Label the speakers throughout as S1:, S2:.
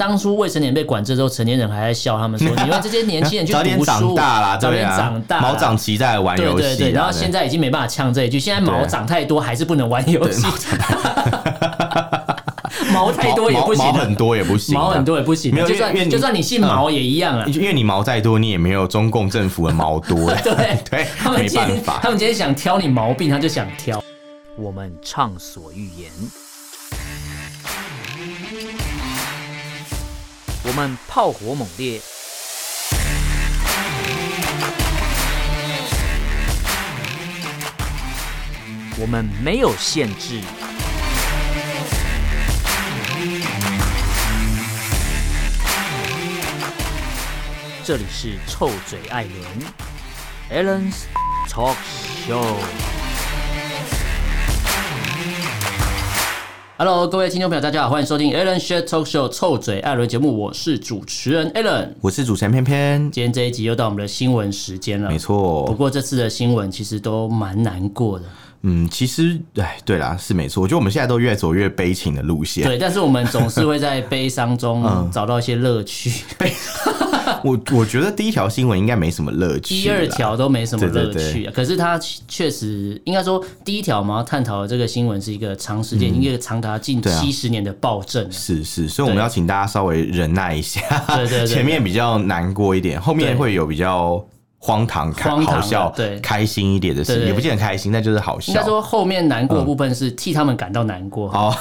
S1: 当初未成年被管制之后，成年人还在笑他们说：“哦你们这些年轻人去
S2: 早点
S1: 读
S2: 长
S1: 书，
S2: 大啦，
S1: 早
S2: 对
S1: 点
S2: 啊
S1: 长大啦，
S2: 毛长齐在玩
S1: 对
S2: 游戏啦，
S1: 对对，然后
S2: 对
S1: 现在已经没办法呛这一句，现在毛长太多还是不能玩游戏，毛太多也不行
S2: 毛毛
S1: 啊，
S2: 很多也不行啊，
S1: 毛很多也不行
S2: 没
S1: 啊，
S2: 有
S1: 就
S2: 因为因
S1: 算
S2: 为你嗯
S1: 就算你姓毛也一样啊
S2: 因。为因为你毛再多，你也没有中共政府的毛多，
S1: 对
S2: 对
S1: 他，们
S2: 没
S1: 今
S2: 办
S1: 天
S2: 法
S1: 他。们今天想挑你毛病，他就想挑。我们畅所欲言，我们炮火猛烈，我们没有限制。这里是臭嘴艾伦 a l l e n s Talk Show。Hello，各位听众朋友，大家好，欢迎收听 Alan s h a r Talk Show 臭嘴艾伦节目，我是主持人 Alan。
S2: 我是主持人偏偏，
S1: 今天这一集又到我们的新闻时间了，
S2: 没。
S1: 不
S2: 错，
S1: 过这次的新闻其实都蛮难过的，
S2: 嗯，其实，哎，对啦，是没错。我觉得我们现在都越走越悲情的路线。
S1: 对。但是我们总是会在悲伤
S2: 嗯
S1: 中找到一些乐 趣，
S2: 啊我我觉得第一条新闻应该没什么乐趣啦，
S1: 一二条都没什么
S2: 对
S1: 乐
S2: 对对
S1: 趣啊。可是它确实应该说，第一条我们要探讨的这个新闻是一个长时间，一个长达近
S2: 嗯对啊
S1: 七十年的暴政啊。
S2: 是是，所以我们
S1: 对
S2: 要请大家稍微忍耐一下。
S1: 对对对
S2: 前面比较难过一点，后面
S1: 对
S2: 会有比较荒唐、开
S1: 荒唐
S2: 好
S1: 的
S2: 笑、
S1: 对
S2: 开心一点的
S1: 对
S2: 事，
S1: 对
S2: 也不见得开心，但就是好
S1: 应该
S2: 笑。
S1: 说后面难
S2: 嗯
S1: 过的部分是替他们感到难过。
S2: 哦，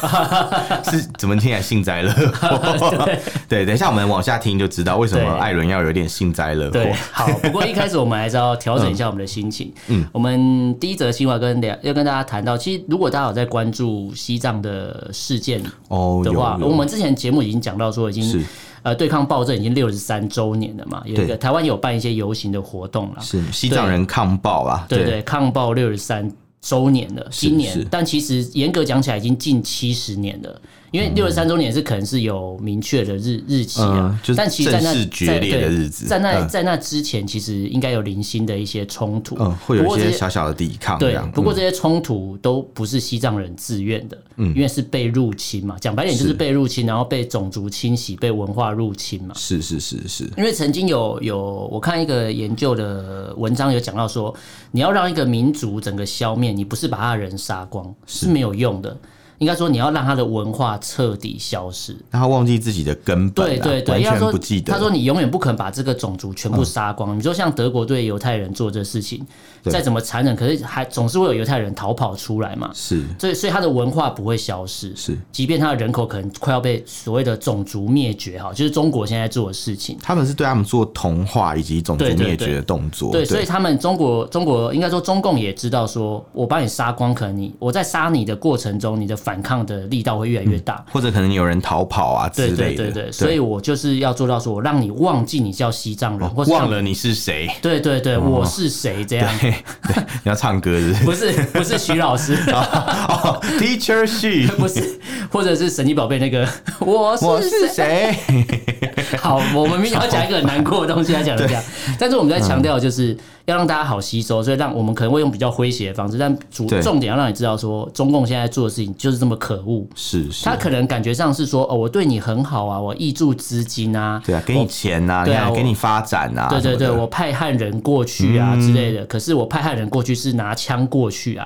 S2: 是怎么听起来幸灾乐祸？对，等一下我们往下听就知道为什么
S1: 对
S2: 艾伦要有点幸灾乐祸。
S1: 对，好。不过一开始我们还是要调整一下我们的心 情。嗯，我们第一则新闻要跟聊要跟大家谈到，其实如果大家有在关注西藏的事件
S2: 哦，有
S1: 的话，
S2: 有
S1: 我们之前节目已经讲到说，已
S2: 是
S1: 经呃对抗暴政已经六十三周年了嘛，有一个
S2: 对
S1: 台湾也有办一些游行的活动啦。
S2: 是西藏人抗暴啊，
S1: 对对，抗暴六十三周年了，今年
S2: 是，
S1: 但其实严格讲起来已经近七十年了，因为六十三周年是可能是有明确的日日期啊
S2: 嗯，就是
S1: 但其实在那
S2: 正式决裂的日子
S1: 在对在那
S2: 嗯
S1: 在那之前，其实应该有零星的一些冲突，
S2: 嗯，会有
S1: 不过
S2: 一
S1: 这
S2: 些
S1: 些
S2: 小小的抵抗这
S1: 对
S2: 样。，
S1: 不过
S2: 嗯
S1: 这些冲突都不是西藏人自愿的，因为是被入侵嘛，讲白点就是被入侵，然后被种族清洗、被文化入侵嘛。
S2: 嗯是是是是，
S1: 因为曾经有有我看一个研究的文章有讲到说，你要让一个民族整个消灭，你不是把他的人杀光是没有用的，应该说你要让他的文化彻底消失。
S2: 那他忘记自己的根本
S1: 对
S2: 啊，
S1: 对对，
S2: 完
S1: 因为他
S2: 全
S1: 说
S2: 不记得。嗯
S1: 他说你永远不肯把这个种族全部杀光。你说像德国对犹太人做这事情，
S2: 对
S1: 再怎么残忍，可是还总是会有犹太人逃跑出来嘛。
S2: 是
S1: 所以，所以他的文化不会消失，
S2: 是，
S1: 即便他的人口可能快要被所谓的种族灭绝，哈，就是中国现在做的事情。
S2: 他们是对他们做同化以及种族
S1: 对对
S2: 灭
S1: 对
S2: 绝的动作。
S1: 对，所以他们中国中国应该说中共也知道说，我把你杀光，可能你我在杀你的过程中，你的反抗的力道会越来越大。
S2: 或者可能有人逃跑啊嗯之
S1: 对对
S2: 类的。
S1: 对对，所以我就是要做到说，我让你忘记你叫西藏人，或是让
S2: 忘。了你是谁。
S1: 对对对，我是谁这样？
S2: 嘿对，你要唱歌是不是？
S1: 不是不是徐老师，
S2: 哦，Teacher She，
S1: 不是，或者是神奇宝贝那个我
S2: 我
S1: 是
S2: 是
S1: 谁？
S2: 谁？
S1: 好，我们明天要讲一个很难过的东西来讲 一下，但是我们在强
S2: 嗯
S1: 调就是要让大家好吸收，所以让我们可能会用比较诙谐的方式，但主
S2: 对
S1: 重点要让你知道说，中共现在做的事情就是这么可恶。
S2: 是是
S1: 他，可能感觉上是说，哦，我对你很好啊，我挹注资金啊，
S2: 对啊，给你钱呐，你
S1: 对啊
S2: 看
S1: 我
S2: 给你发展呐，
S1: 对对对，
S2: 啊什么的嗯
S1: 我派汉人过去啊之类的。可是我派汉人过去是拿枪过去啊，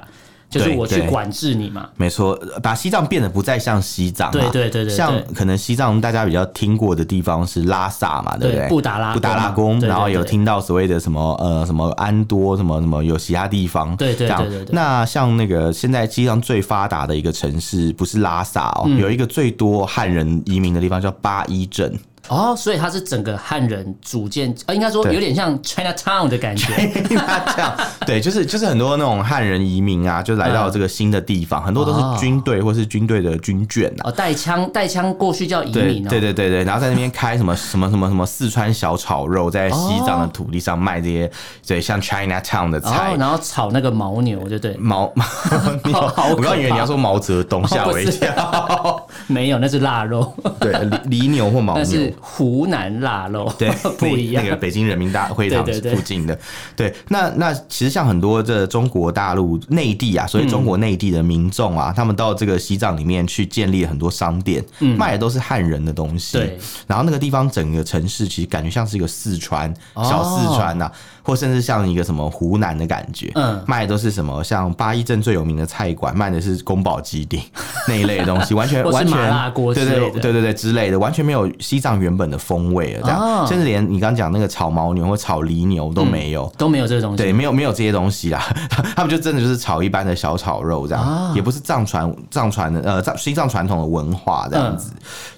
S1: 就是
S2: 对
S1: 我去
S2: 对
S1: 管制你嘛。
S2: 没错，呃把西藏变得不再像西藏啊，
S1: 对对对对
S2: 像
S1: 对
S2: 可能西藏大家比较听过的地方是拉萨嘛，对不
S1: 对
S2: 对？
S1: 布达拉宫
S2: 布达拉
S1: 嘛
S2: 宫，
S1: 对对
S2: 然后
S1: 对
S2: 有听到所谓的什么呃什么安多什么什么有其他地方，
S1: 对对
S2: 这样
S1: 对对对
S2: 那像那个现在西藏最发达的一个城市不是拉萨哦，
S1: 嗯
S2: 有一个最多汉人移民的地方叫八一镇，
S1: 哦，所以他是整个汉人组建，呃，应该说
S2: 对
S1: 有点像 China Town 的感觉。
S2: 他这样，对，就是就是很多那种汉人移民啊，就来到
S1: 嗯
S2: 这个新的地方，很多都
S1: 哦
S2: 是军队或是军队的军眷啊。
S1: 哦，带枪带枪过去叫移
S2: 对
S1: 民哦。
S2: 对对对对，然后在那边开什么什么什么什么四川小炒肉，在
S1: 哦
S2: 西藏的土地上卖这些，对，像 China Town 的
S1: 哦
S2: 菜，。
S1: 然后炒那个牦牛，对不对？
S2: 毛，毛 你
S1: 好好可怕哦
S2: 我刚以为你要说毛泽东，吓我一跳。
S1: 没有，那是腊肉，
S2: 对，犁犁牛或牦
S1: 那
S2: 牛
S1: 是，湖南腊肉，，
S2: 对
S1: 不一样
S2: 那。个北京人民大会堂
S1: 对对对
S2: 附近的，对那那其实像很多这中国大陆内地啊，所以
S1: 嗯
S2: 中国内地的民众啊，他们到这个西藏里面去建立很多商店，卖的都是汉人的东西。
S1: 嗯对，
S2: 然后那个地方整个城市其实感觉像是一个四川、
S1: 哦
S2: 小四川呐、或甚至像一个什么湖南的感觉。
S1: 嗯
S2: 卖的都是什么？像八一镇最有名的菜馆，卖的是宫保鸡丁 那一类的东西，完 全
S1: 或是
S2: 完全
S1: 麻辣锅
S2: 对
S1: 之类
S2: 对
S1: 的
S2: 对对对之类的，完全没有西藏原本的风味了。这样，
S1: 哦
S2: 甚至连你刚刚讲那个炒牦牛或炒犁牛都没有。
S1: 都没有这个东西。
S2: 对，没有没有这些东西啦， 他们就真的就是炒一般的小炒肉这样，
S1: 啊
S2: 也不是藏传藏传的呃藏西藏传统的文化这样
S1: 嗯
S2: 子，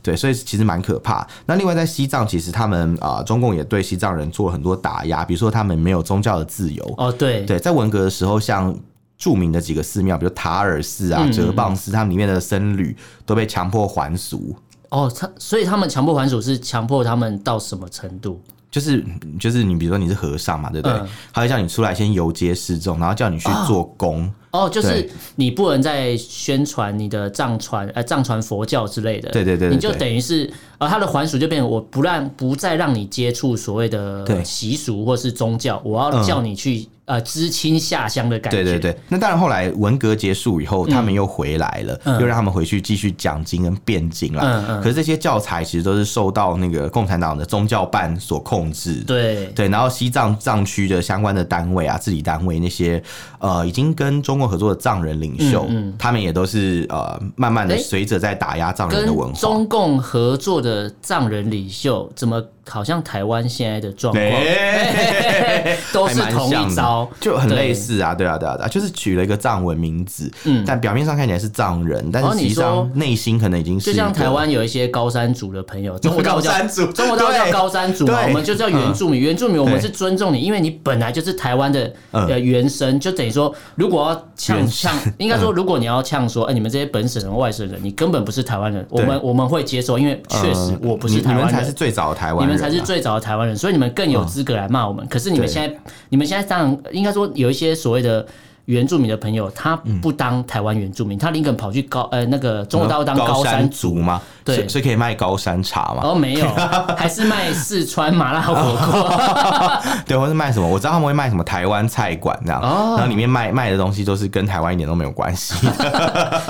S2: 对，所以其实蛮可怕。那另外在西藏，其实他们啊、中共也对西藏人做了很多打压，比如说他们没有宗教的自由，
S1: 哦，对，
S2: 对，在文革的时候，像著名的几个寺庙，比如塔尔寺啊、
S1: 嗯
S2: 哲蚌寺，他们里面的僧侣都被强迫还俗。
S1: 哦，他所以他们强迫还俗是强迫他们到什么程度？
S2: 就是就是你，比如说你是和尚嘛，对不对？
S1: 嗯
S2: 他会叫你出来先游街示众，然后叫你去做工。
S1: 哦，就是
S2: 对
S1: 你不能再宣传你的藏传呃藏传佛教之类的，
S2: 对对对对
S1: 你就
S2: 对
S1: 等于是呃他的还俗就变成我不让不再让你接触所谓
S2: 对
S1: 的习俗或是宗教，我要
S2: 嗯
S1: 叫你去、呃知青下乡的感觉，
S2: 对对对，那当然，后来文革结束以后，他们又回来了，
S1: 嗯
S2: 又让他们回去继续讲经跟辩经啦。
S1: 嗯嗯
S2: 可是这些教材其实都是受到那个共产党的宗教办所控制的。
S1: 对
S2: 对，然后西藏藏区的相关的单位啊、治理单位那些，呃，已经跟中国合作的藏人领袖，
S1: 嗯
S2: 他们也都是呃，慢慢的
S1: 诶
S2: 随着在打压藏人的文
S1: 跟
S2: 化。
S1: 中共合作的藏人领袖，怎么好像台湾现在的状况、
S2: 诶
S1: 都
S2: 还
S1: 是
S2: 蛮
S1: 同
S2: 像
S1: 一
S2: 的
S1: 招，
S2: 就很类
S1: 对
S2: 似啊，对啊，对啊，对啊，就是取了一个藏文名字，
S1: 嗯
S2: 但表面上看起来是藏人，但是
S1: 哦
S2: 实
S1: 你
S2: 际上
S1: 说
S2: 内心可能已经是
S1: 就像
S2: 一个
S1: 台湾有一些高山族的朋友，中国大陆叫
S2: 高山族
S1: 中国大陆叫
S2: 对
S1: 高山族嘛，
S2: 对
S1: 我们就叫原住民。原住民我们是尊重你，因为你本来就是台湾的
S2: 嗯
S1: 呃原生，就等于说，如果要呛
S2: 原
S1: 呛， 应该说，如果你要呛说，哎，你们这些本省人、外省人，你根本不是台湾人，我们我们会接受，因为确实
S2: 呃
S1: 我不是
S2: 你
S1: 台
S2: 你们
S1: 湾
S2: 才是
S1: 人。
S2: 最早的台
S1: 你
S2: 湾人、
S1: 们
S2: 啊，
S1: 才是最早的台湾人，所以你们更有资格来骂我们。可是你们
S2: 对
S1: 现在，你们现在当然应该说有一些所谓的原住民的朋友，他不当台湾原住民，他宁肯跑去高呃那个中国大陆当
S2: 嗯高
S1: 高山
S2: 族吗？
S1: 对
S2: 所以所以可以卖高山茶嘛？
S1: 哦， 没有，
S2: 啊
S1: 还是卖四川麻辣火锅。
S2: 对，或是卖什么？我知道他们会卖什么台湾菜馆这样，
S1: 哦
S2: 然后里面卖卖的东西都是跟台湾一点都没有 关系。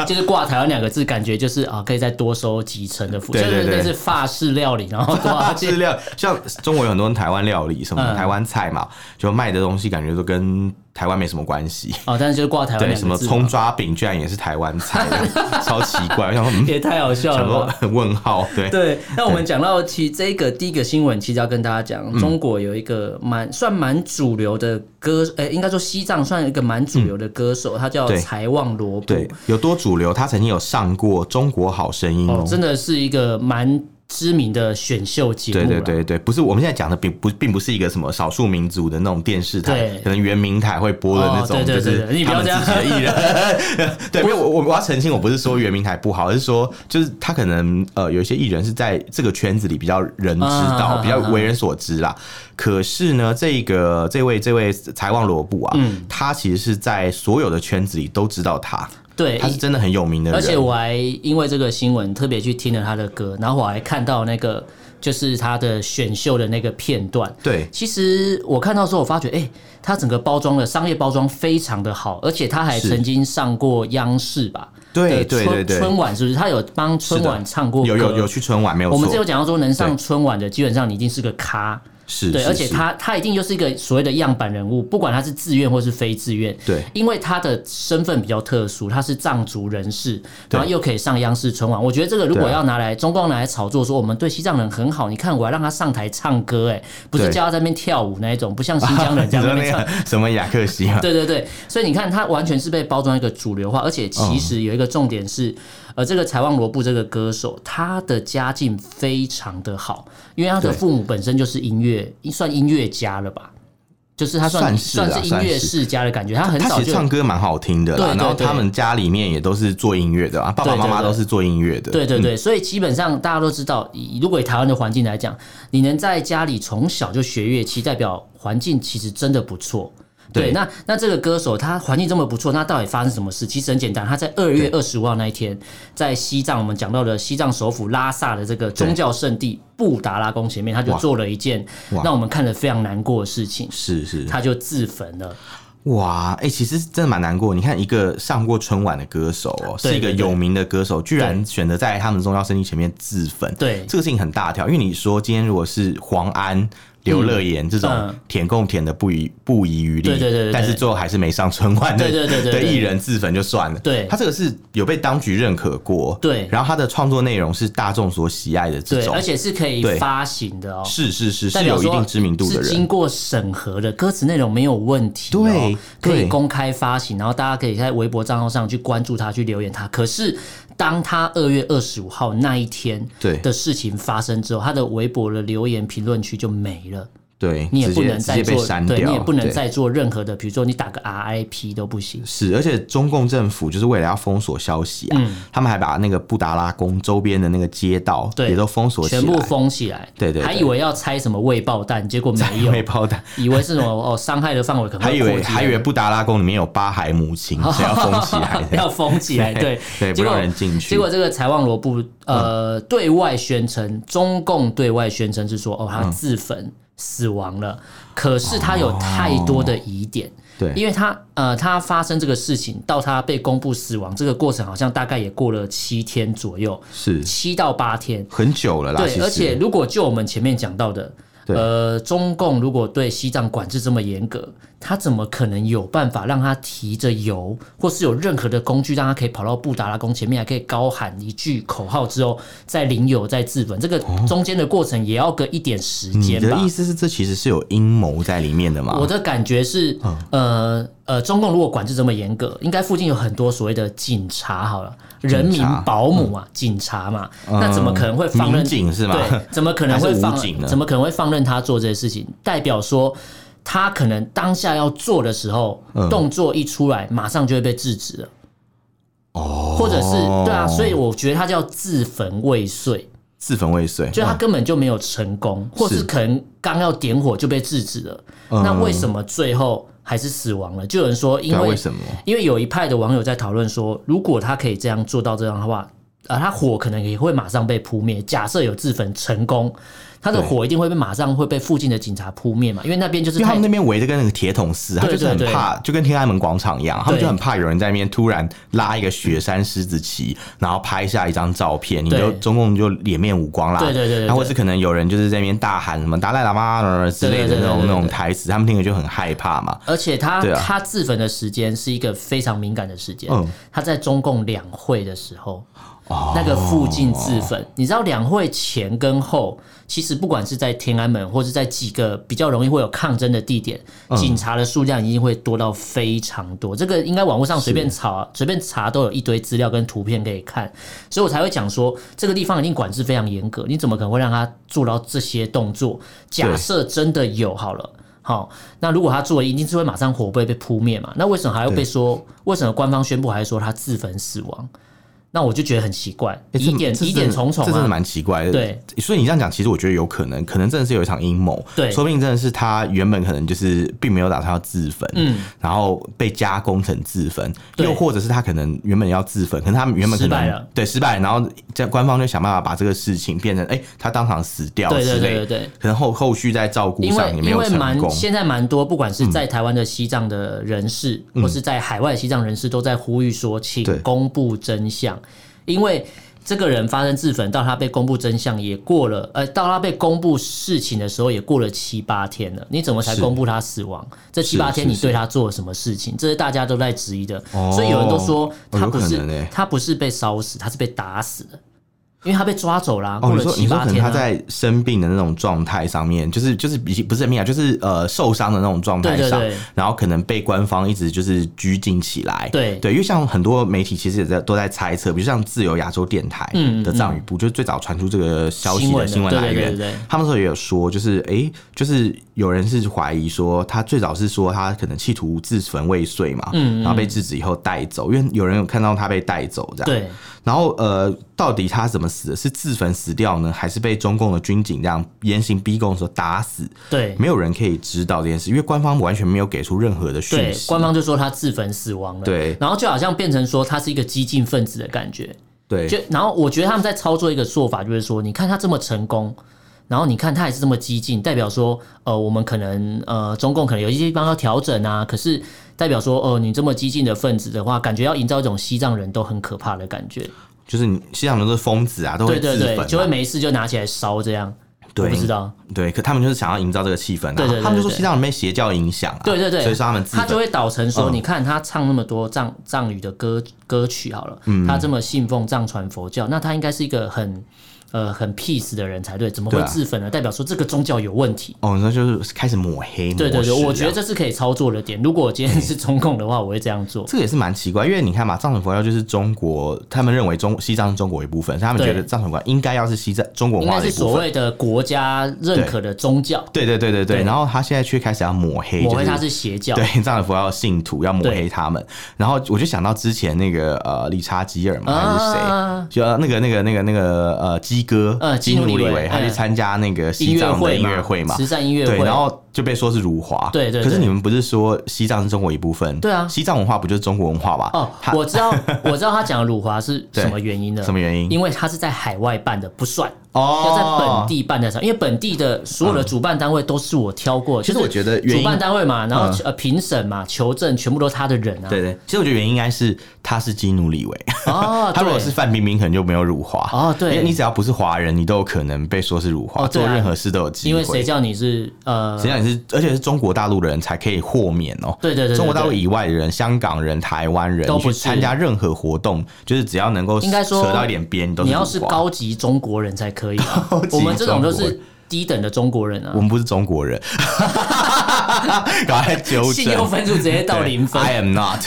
S1: 就是挂台湾两个字，感觉就是啊，可以再多收几成的福，就
S2: 对对
S1: 是
S2: 对
S1: 类似法式料理，然后多少
S2: 日
S1: 钱？
S2: 料像中国有很多台湾料理，什么
S1: 嗯
S2: 台湾菜嘛，就卖的东西感觉都跟台湾没什么关系。
S1: 哦，但是就是挂台湾
S2: 对，
S1: 两
S2: 什
S1: 个
S2: 么
S1: 字嘛，
S2: 葱抓饼居然也是台湾菜， 超奇怪。我想说，嗯，
S1: 也太好笑
S2: 想
S1: 了吧
S2: 说？问号，对，
S1: 对，那我们讲到其实这个第一个新闻，其实要跟大家
S2: 嗯
S1: 讲，中国有一个蛮算蛮主流的歌，呃，应该说西藏算一个蛮主流的歌手，他叫
S2: 对
S1: 财旺罗布，
S2: 对，有多主流，他曾经有上过《中国好声音》
S1: 哦
S2: 哦，。
S1: 真的是一个蛮知名的选秀节目
S2: 对
S1: 啦，
S2: 对对对，不是我们现在讲的并不并不是一个什么少数民族的那种电视台
S1: 对，
S2: 可能原明台会播的那
S1: 哦
S2: 种，
S1: 对
S2: 就
S1: 对对
S2: 是
S1: 对你不
S2: 他
S1: 要
S2: 们自己的艺人。对，没有我我我要澄清，我不是说原明台不好，而是说就是他可能呃有一些艺人是在这个圈子里比较人知道
S1: 啊，
S2: 比较为人所知啦。可是呢，这个这位这位财旺罗布啊，
S1: 嗯
S2: 他其实是在所有的圈子里都知道他，
S1: 对，
S2: 他是真的很有名的人，
S1: 哎而且我还因为这个新闻特别去听了他的歌，然后我还看到那个就是他的选秀的那个片段。
S2: 对。
S1: 其实我看到之后，我发觉，哎、他整个包装的商业包装非常的好，而且他还
S2: 是
S1: 曾经上过央视吧？
S2: 对
S1: 的
S2: 对
S1: 春
S2: 对对
S1: 春晚是不是？他有帮春
S2: 是的
S1: 晚唱过歌。
S2: 有有有去春晚没有
S1: 我们
S2: 错
S1: 这，有讲到说，能上
S2: 对
S1: 春晚的，基本上你一定是个咖。
S2: 是，
S1: 对，
S2: 是
S1: 而且
S2: 是
S1: 他他一定就是一个所谓的样板人物，不管他是自愿或是非自愿，
S2: 对
S1: 因为他的身份比较特殊，他是藏族人士，然后又可以上央视春晚。我觉得这个如
S2: 对
S1: 果
S2: 啊
S1: 要拿来中共拿来炒作，说我们对西藏人很好，你看我还让他上台唱歌，哎，不是
S2: 对
S1: 叫他在那边跳舞那一种，不像新疆人这 样在
S2: 你
S1: 那
S2: 说
S1: 边唱。
S2: 那个什么雅克西啊嘛，
S1: 对 对对，所以你看，他完全是被包装一个主流化，而且
S2: 嗯
S1: 其实有一个重点是，呃，这个财旺罗布这个歌手，他的家境非常的好，因为他的
S2: 对
S1: 父母本身就是音乐，算音乐家了吧，就是他算
S2: 算是啊
S1: 是音
S2: 算
S1: 乐
S2: 是
S1: 世家的感觉，他很
S2: 他
S1: 早
S2: 其实
S1: 就
S2: 唱歌蛮好听的啦，
S1: 对对
S2: 然后
S1: 对
S2: 他们家里面也都是做音乐的啊，爸爸
S1: 对对
S2: 妈妈
S1: 对
S2: 都是做音乐的，嗯
S1: 对对对，所以基本上大家都知道，以如果以台湾的环境来讲，你能在家里从小就学乐器，代表环境其实真的不错。对，那那这个歌手他环境这么不错，那到底发生什么事？其实很简单，他在二月二十五号那一天，在西藏我们讲到的西藏首府拉萨的这个宗教圣地布达拉宫前面，他就
S2: 哇
S1: 做了一件
S2: 哇
S1: 让我们看了非常难过的事情，
S2: 是是，
S1: 他就自焚了。
S2: 哇，哎、其实真的蛮难过。你看，一个上过春晚的歌手哦、
S1: 对
S2: 是一个
S1: 对对
S2: 有名的歌手，居然选择在他们宗教圣地前面自焚，
S1: 对
S2: 这个事情很大条。因为你说今天如果是黄安。刘乐言这种
S1: 嗯
S2: 舔共舔的不遗不遗余力，
S1: 对对对对
S2: 但是最后还是没上春晚的，
S1: 对对对对
S2: 的
S1: 对
S2: 艺人自焚就算了，
S1: 对
S2: 他这个是有被当局认可过，
S1: 对
S2: 然后他的创作内容是大众所喜爱的这
S1: 对，
S2: 种
S1: 而，且是可以
S2: 哦对
S1: 发行的哦。
S2: 是是是
S1: 代
S2: 是
S1: 表
S2: 有一
S1: 说
S2: 定知名度的
S1: 是
S2: 人
S1: 经，过审核的，歌词内容没有问题、哦，
S2: 对
S1: 可以
S2: 对
S1: 公开发行，然后大家可以在微博账号上去关注他，去留言他。可是当他二月二十五号那一天
S2: 对
S1: 的事情发生之后，他的微博的留言评论区就没了，
S2: 对，
S1: 你也
S2: 直
S1: 不
S2: 接
S1: 能再
S2: 直接被
S1: 做
S2: 删，掉，
S1: 对你也不能
S2: 对
S1: 再做任何的，比如说你打个 RIP 都不行。
S2: 是，而且中共政府就是为了要封锁消息啊，
S1: 嗯
S2: 他们还把那个布达拉宫周边的那个街道
S1: 对
S2: 也都封锁起来，
S1: 全部封起来，
S2: 对对对
S1: 还以为要拆什么未爆弹，结果 没
S2: 没
S1: 有，
S2: 炮弹，
S1: 以为是什么哦伤害的范围可能会
S2: 还以
S1: 扩
S2: 为
S1: 及
S2: 还以为布达拉宫里面有八海母亲，所以要封起来。
S1: 要封起来，对
S2: 对
S1: 结果
S2: 不让人进去嗯
S1: 结果这个财旺罗布呃、对外宣称，中共对外宣称是说，哦，他自焚、
S2: 嗯
S1: 死亡了，可是他有太多的疑点。
S2: 哦对
S1: 因为他呃，他发生这个事情到他被公布死亡这个过程，好像大概也过了七天左右，
S2: 是
S1: 七到八天。
S2: 很久了啦，
S1: 对，
S2: 其实
S1: 而且如果就我们前面讲到的，
S2: 对
S1: 呃，中共如果对西藏管制这么严格，他怎么可能有办法让他提着油，或是有任何的工具让他可以跑到布达拉宫前面，还可以高喊一句口号之后再淋油再自焚？这个中间的过程也要个一点时
S2: 哦嗯你
S1: 间
S2: 的
S1: 吧
S2: 意。思是这其实是有阴谋在里面的嘛？嗯
S1: 我的感觉是，呃呃，中共如果管制这么严格，应该附近有很多所谓的警察好了，人民保姆啊，警察嘛，那怎么可能会放任
S2: 嗯民警是吗
S1: 对，怎么可能会
S2: 还是武警
S1: 放
S2: 呢？
S1: 怎么可能会放任他做这些事情？代表说。他可能当下要做的时候，
S2: 嗯
S1: 动作一出来，马上就会被制止了，
S2: 哦，
S1: 或者是对啊，所以我觉得他叫自焚未遂，
S2: 自焚未遂，
S1: 就他
S2: 哇
S1: 根本就没有成功，或是可能刚要点火就被制止了。那为什么最后还是死亡了？就有人说，因
S2: 嗯对啊
S1: 为
S2: 为什么？
S1: 因为有一派的网友在讨论说，如果他可以这样做到这样的话，啊，他火可能也会马上被扑灭。假设有自焚成功，他的
S2: 对
S1: 火一定会被马上会被附近的警察扑灭嘛，因为那边就是
S2: 因为他
S1: 太
S2: 们那边围的跟那个铁桶似，他
S1: 对
S2: 就是很
S1: 对对
S2: 怕，就跟天安门广场一样，他们
S1: 对
S2: 就很怕有人在那边突然拉一个雪山狮子旗，然后拍下一张照片，你
S1: 对
S2: 就中共就脸面无光啦。
S1: 对对对对对
S2: 然后或是可能有人就是在那边大喊什么达赖喇嘛呃之类的
S1: 对对对对对对对
S2: 那种那种台词，他们听了就很害怕嘛。
S1: 而且他、
S2: 对啊
S1: 他自焚的时间是一个非常敏感的时间，
S2: 嗯哦
S1: 他在中共两会的时候，那个附近自焚。你知道两会前跟后，其实不管是在天安门或是在几个比较容易会有抗争的地点，
S2: 嗯
S1: 警察的数量一定会多到非常多。这个应该网络上随便查随便查都有一堆资料跟图片可以看，所以我才会讲说这个地方一定管制非常严格，你怎么可能会让他做到这些动作？假
S2: 对
S1: 设真的有好了。好，那如果他做了，一定是会马上火被被扑灭嘛？那为什么还会被说？为什么官方宣布还会说他自焚死亡？那我就觉得很奇怪，
S2: 欸这
S1: 疑点
S2: 这
S1: 疑点
S2: 真的
S1: 重重
S2: 这真
S1: 啊。
S2: 的蛮奇怪的。
S1: 对，
S2: 所以你这样讲，其实我觉得有可能，可能真的是有一场阴谋。
S1: 对
S2: 说不定真的是他原本可能就是并没有打算要自焚，嗯，然后被加工成自焚，
S1: 对
S2: 又或者是他可能原本要自焚，可能他们原本可
S1: 失
S2: 能
S1: 败了
S2: 对，失败，然后这官方就想办法把这个事情变成，哎、他当场死掉
S1: 对对
S2: 之类
S1: 对
S2: 的
S1: 对。对。
S2: 可能后后续在照顾
S1: 因
S2: 上
S1: 为
S2: 也没
S1: 因
S2: 有
S1: 为
S2: 成
S1: 蛮
S2: 功，嗯
S1: 现在蛮多，不管是在台湾的西藏的人士，或是在海外的西藏人士，都在呼吁说，请
S2: 对
S1: 公布真相，因为。这个人发生自焚，到他被公布真相也过了，呃，到他被公布事情的时候也过了七八天了，你怎么才
S2: 是
S1: 公布他死亡？这七八天
S2: 是
S1: 你
S2: 是
S1: 对他做了什么事情？这是大家都在质疑的，
S2: 哦
S1: 所以有人都说
S2: 哦
S1: 他
S2: 有
S1: 不
S2: 可
S1: 是、
S2: 能欸
S1: 他不是被烧死，他是被打死的，因为他被抓走啦，
S2: 哦，
S1: 过
S2: 你
S1: 了
S2: 说
S1: 七
S2: 你说
S1: 八
S2: 可能
S1: 天、啊
S2: 他在生病的那种状态上面，就是就是比不是生病啊，就是呃受伤的那种状态
S1: 对对
S2: 上，
S1: 对
S2: 然后可能被官方一直就是拘禁起来。
S1: 对
S2: 对，因为像很多媒体其实也在都在猜测，比如像自由亚洲电台的藏语部，就是最早传出这个消息
S1: 嗯新闻
S2: 的
S1: 的
S2: 新闻
S1: 对对
S2: 来源
S1: 对对对，
S2: 他们那时候也有说，就是诶，就是有人是怀疑说他最早是说他可能企图自焚未遂嘛，
S1: 嗯
S2: 然后被制止以后带走，因为有人有看到他被带走这样。
S1: 对
S2: 然后呃，到底他怎么死的？是自焚死掉呢，还是被中共的军警这样严刑逼供的时候打死？
S1: 对
S2: 没有人可以知道这件事，因为官方完全没有给出任何的讯
S1: 对，
S2: 息。
S1: 官方就说他自焚死亡了，
S2: 对
S1: 然后就好像变成说他是一个激进分子的感觉，
S2: 对
S1: 就然后我觉得他们在操作一个做法，就是说，你看他这么成功，然后你看他也是这么激进，代表说，呃，我们可能呃，中共可能有一些地方要调整啊，可是代表说，哦、你这么激进的分子的话，感觉要营造一种西藏人都很可怕的感觉，
S2: 就是你西藏人都是疯子啊，都会
S1: 对
S2: 自
S1: 对
S2: 焚、
S1: 对，就会没事就拿起来烧这样，我
S2: 对
S1: 不知道，
S2: 对，可他们就是想要营造这个气氛、啊，
S1: 对对对
S2: 他们就说
S1: 对
S2: 西藏人被邪教影响、啊，
S1: 对对对，
S2: 所以说他们自
S1: 他就
S2: 焚。
S1: 会导成说，
S2: 嗯
S1: 你看他唱那么多藏藏语的歌歌曲好了，
S2: 嗯
S1: 他这么信奉藏传佛教，那他应该是一个很呃很 peace 的人才对，怎么会
S2: 对啊
S1: 自焚呢？代表说这个宗教有问题。
S2: 哦，那就是开始抹黑，
S1: 对对
S2: 抹
S1: 对，
S2: 视
S1: 我觉得
S2: 啊
S1: 这是可以操作的点。如果我今天是中共的话，我会这样做。
S2: 这个也是蛮奇怪，因为你看嘛，藏传佛教就是中国，他们认为中西藏是中国一部分，所以他们
S1: 对
S2: 觉得藏传佛教应该要是西藏中国
S1: 应
S2: 文化
S1: 该
S2: 的
S1: 是
S2: 一部
S1: 所
S2: 分。
S1: 谓的国家认可的宗教，
S2: 对对对对对，
S1: 对
S2: 然后他现在却开始要抹黑，
S1: 抹黑
S2: 就
S1: 它是邪教。
S2: 对藏传佛教的信徒要抹
S1: 对
S2: 黑他们，然后我就想到之前那个呃理查吉尔嘛还是谁，
S1: 啊
S2: 就呃那个那个那个那个呃鸡哥，
S1: 呃
S2: 基努
S1: 基努里
S2: 里
S1: 维
S2: 维，他去
S1: 嗯
S2: 参加那个
S1: 音
S2: 西
S1: 乐
S2: 藏的
S1: 会
S2: 音乐会嘛，
S1: 慈善音乐
S2: 对，
S1: 会，
S2: 然后就被说是辱华，
S1: 对对对
S2: 可是你们不是说西藏是中国一部分？
S1: 对啊
S2: 西藏文化不就是中国文化嘛？
S1: 哦，
S2: 他
S1: 我知 道，我知道他讲的辱华是
S2: 对
S1: 什么原因了，
S2: 什么原因
S1: 因为他是在海外办的，不算。要在
S2: 哦
S1: 本，地办的场，因为本地的所有的主办单位都是我挑过的。
S2: 其实
S1: 就是
S2: 我觉得原因
S1: 主办单位嘛，然后
S2: 嗯
S1: 呃评审嘛、求证全部都是他的人啊。
S2: 对对，其实我觉得原因应该是他是基努里维，
S1: 哦，
S2: 他如果是
S1: 对
S2: 范冰冰，可能就没有辱华
S1: 哦对
S2: 因为你只要不是华人，你都有可能被说是辱华，
S1: 哦对
S2: 做
S1: 啊
S2: 任何事都有机会。
S1: 因为谁叫你是呃
S2: 谁，让你是，而且是中国大陆的人才可以豁免哦。
S1: 对对对对
S2: 中国大陆以外的人，香港人、台湾人，
S1: 都
S2: 你
S1: 不
S2: 去
S1: 是
S2: 参加任何活动，就是只要能够
S1: 应该说
S2: 扯到一点边，你都
S1: 你
S2: 是
S1: 要
S2: 辱
S1: 是
S2: 华
S1: 高级中国人才可以啊
S2: 高级中。国
S1: 我们这种都
S2: 人
S1: 是低等的中国人啊
S2: 我，们不是中国人， 赶快纠
S1: 信用
S2: 正。
S1: 分数直接到
S2: 对哎
S1: 零分。
S2: I am not，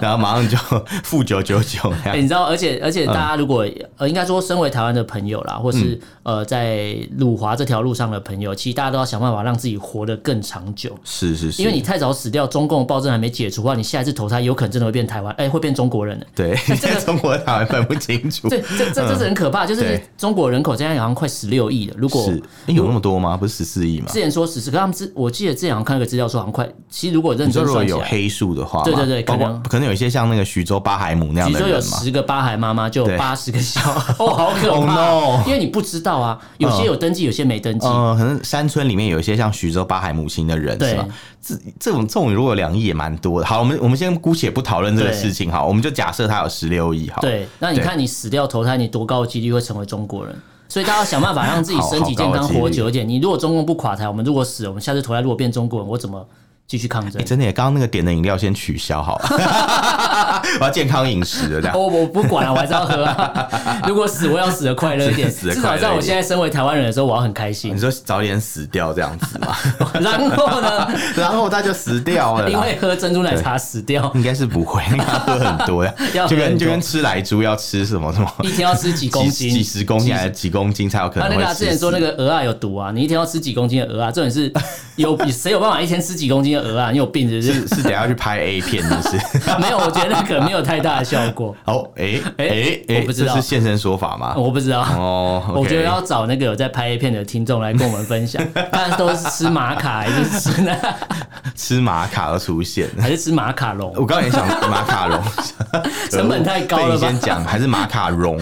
S2: 然 后马上就负九九九那
S1: 欸、
S2: 样。
S1: 你知道，而且而
S2: 嗯
S1: 且，大家如果、呃，应该说，身为台湾的朋友啦，或是、
S2: 嗯
S1: 呃，在辱华这条路上的朋友，其实大家都要想办法让自己活得更长久。
S2: 是是是，
S1: 因为你太早死掉，中共的暴政还没解除的话，你下一次投胎有可能真的会变台湾，
S2: 嗯
S1: 哎、会变中国人的。
S2: 对
S1: 那这个
S2: 中国台湾分不清楚，
S1: 这这这这是很可怕，就是
S2: 嗯对
S1: 中国人口现在好像快十六亿了。如果
S2: 是诶有那么多吗？不是十四亿吗？
S1: 之前说十四，可他们之我记得之前好像看了个资料说好像快，其实如果认
S2: 你说
S1: 真
S2: 如果
S1: 算起
S2: 有
S1: 来，
S2: 黑数的话嘛，
S1: 对对对
S2: 包括
S1: 可能
S2: 可能有一些像那个徐州巴海姆那样
S1: 比如
S2: 的
S1: 说有
S2: 人嘛，
S1: 十个八孩妈妈，就
S2: 对
S1: 有八十个小孩， 哦，好可怕
S2: Oh no 嗯
S1: 因为你不知道啊，有些有登记，有些没登记。
S2: 呃，可能山村里面有一些像徐州八海母亲的人，
S1: 对
S2: 是吧？这这种这种如果有两亿也蛮多的。好，我们我们先姑且不讨论这个
S1: 对
S2: 事情，好，我们就假设他有十六亿，好，，
S1: 对，那你
S2: 对
S1: 看你死掉投胎，你多高的几率会成为中国人？所以大家要想办法让自己身体健
S2: 好
S1: 康，
S2: 好高的几率
S1: 活久一点。你如果中共不垮台，我们如果死了，我们下次投胎如果变中国人，我怎么继续抗争
S2: 欸、？真的耶，刚刚那个点的饮料先取消好了， 我要健康饮食了，这样。
S1: 我哦我不管了、我还是要喝、 啊。如果死，我要死的快乐一点，
S2: 死得
S1: 至
S2: 快
S1: 少
S2: 乐一点啊
S1: 在我现在身为台湾人的时候，我要很开心
S2: 你。说早点死掉这样子嘛，
S1: 然后呢，
S2: 然后他就死掉了
S1: 因
S2: 啦。
S1: 为喝珍珠奶茶死掉，
S2: 应该是 不会，应该喝很多呀
S1: 要，喝
S2: 就跟
S1: 很多
S2: 就跟吃奶猪要吃什么什么
S1: 一天要吃几公斤？
S2: 几 几十公斤还是几公斤才有可
S1: 啊，
S2: 能
S1: 那
S2: 会
S1: 个、啊、
S2: 吃
S1: 之前说那
S2: 死
S1: 个鹅啊有毒啊，你一天要吃几公斤的鹅啊？重点是 有谁有办法一天吃几公斤的鹅啊？你有病是不是？
S2: 是是等一下去拍 A 片，是不 是？
S1: 没有，我觉得那可能没有太大的效果，
S2: 哦，哎
S1: 诶
S2: 哎哎，
S1: 我不知道
S2: 这是现身说法吗？
S1: 我不知道。
S2: 哦，
S1: 我觉得
S2: OK
S1: 要找那个有在拍 A 片的听众来跟我们分 享，大家都是吃玛卡还是吃那
S2: 吃玛卡都出现 了。
S1: 还是吃马卡龙？
S2: 我刚才也想马卡龙，
S1: 成本太高了吧
S2: 被你先讲，还是马 卡龙？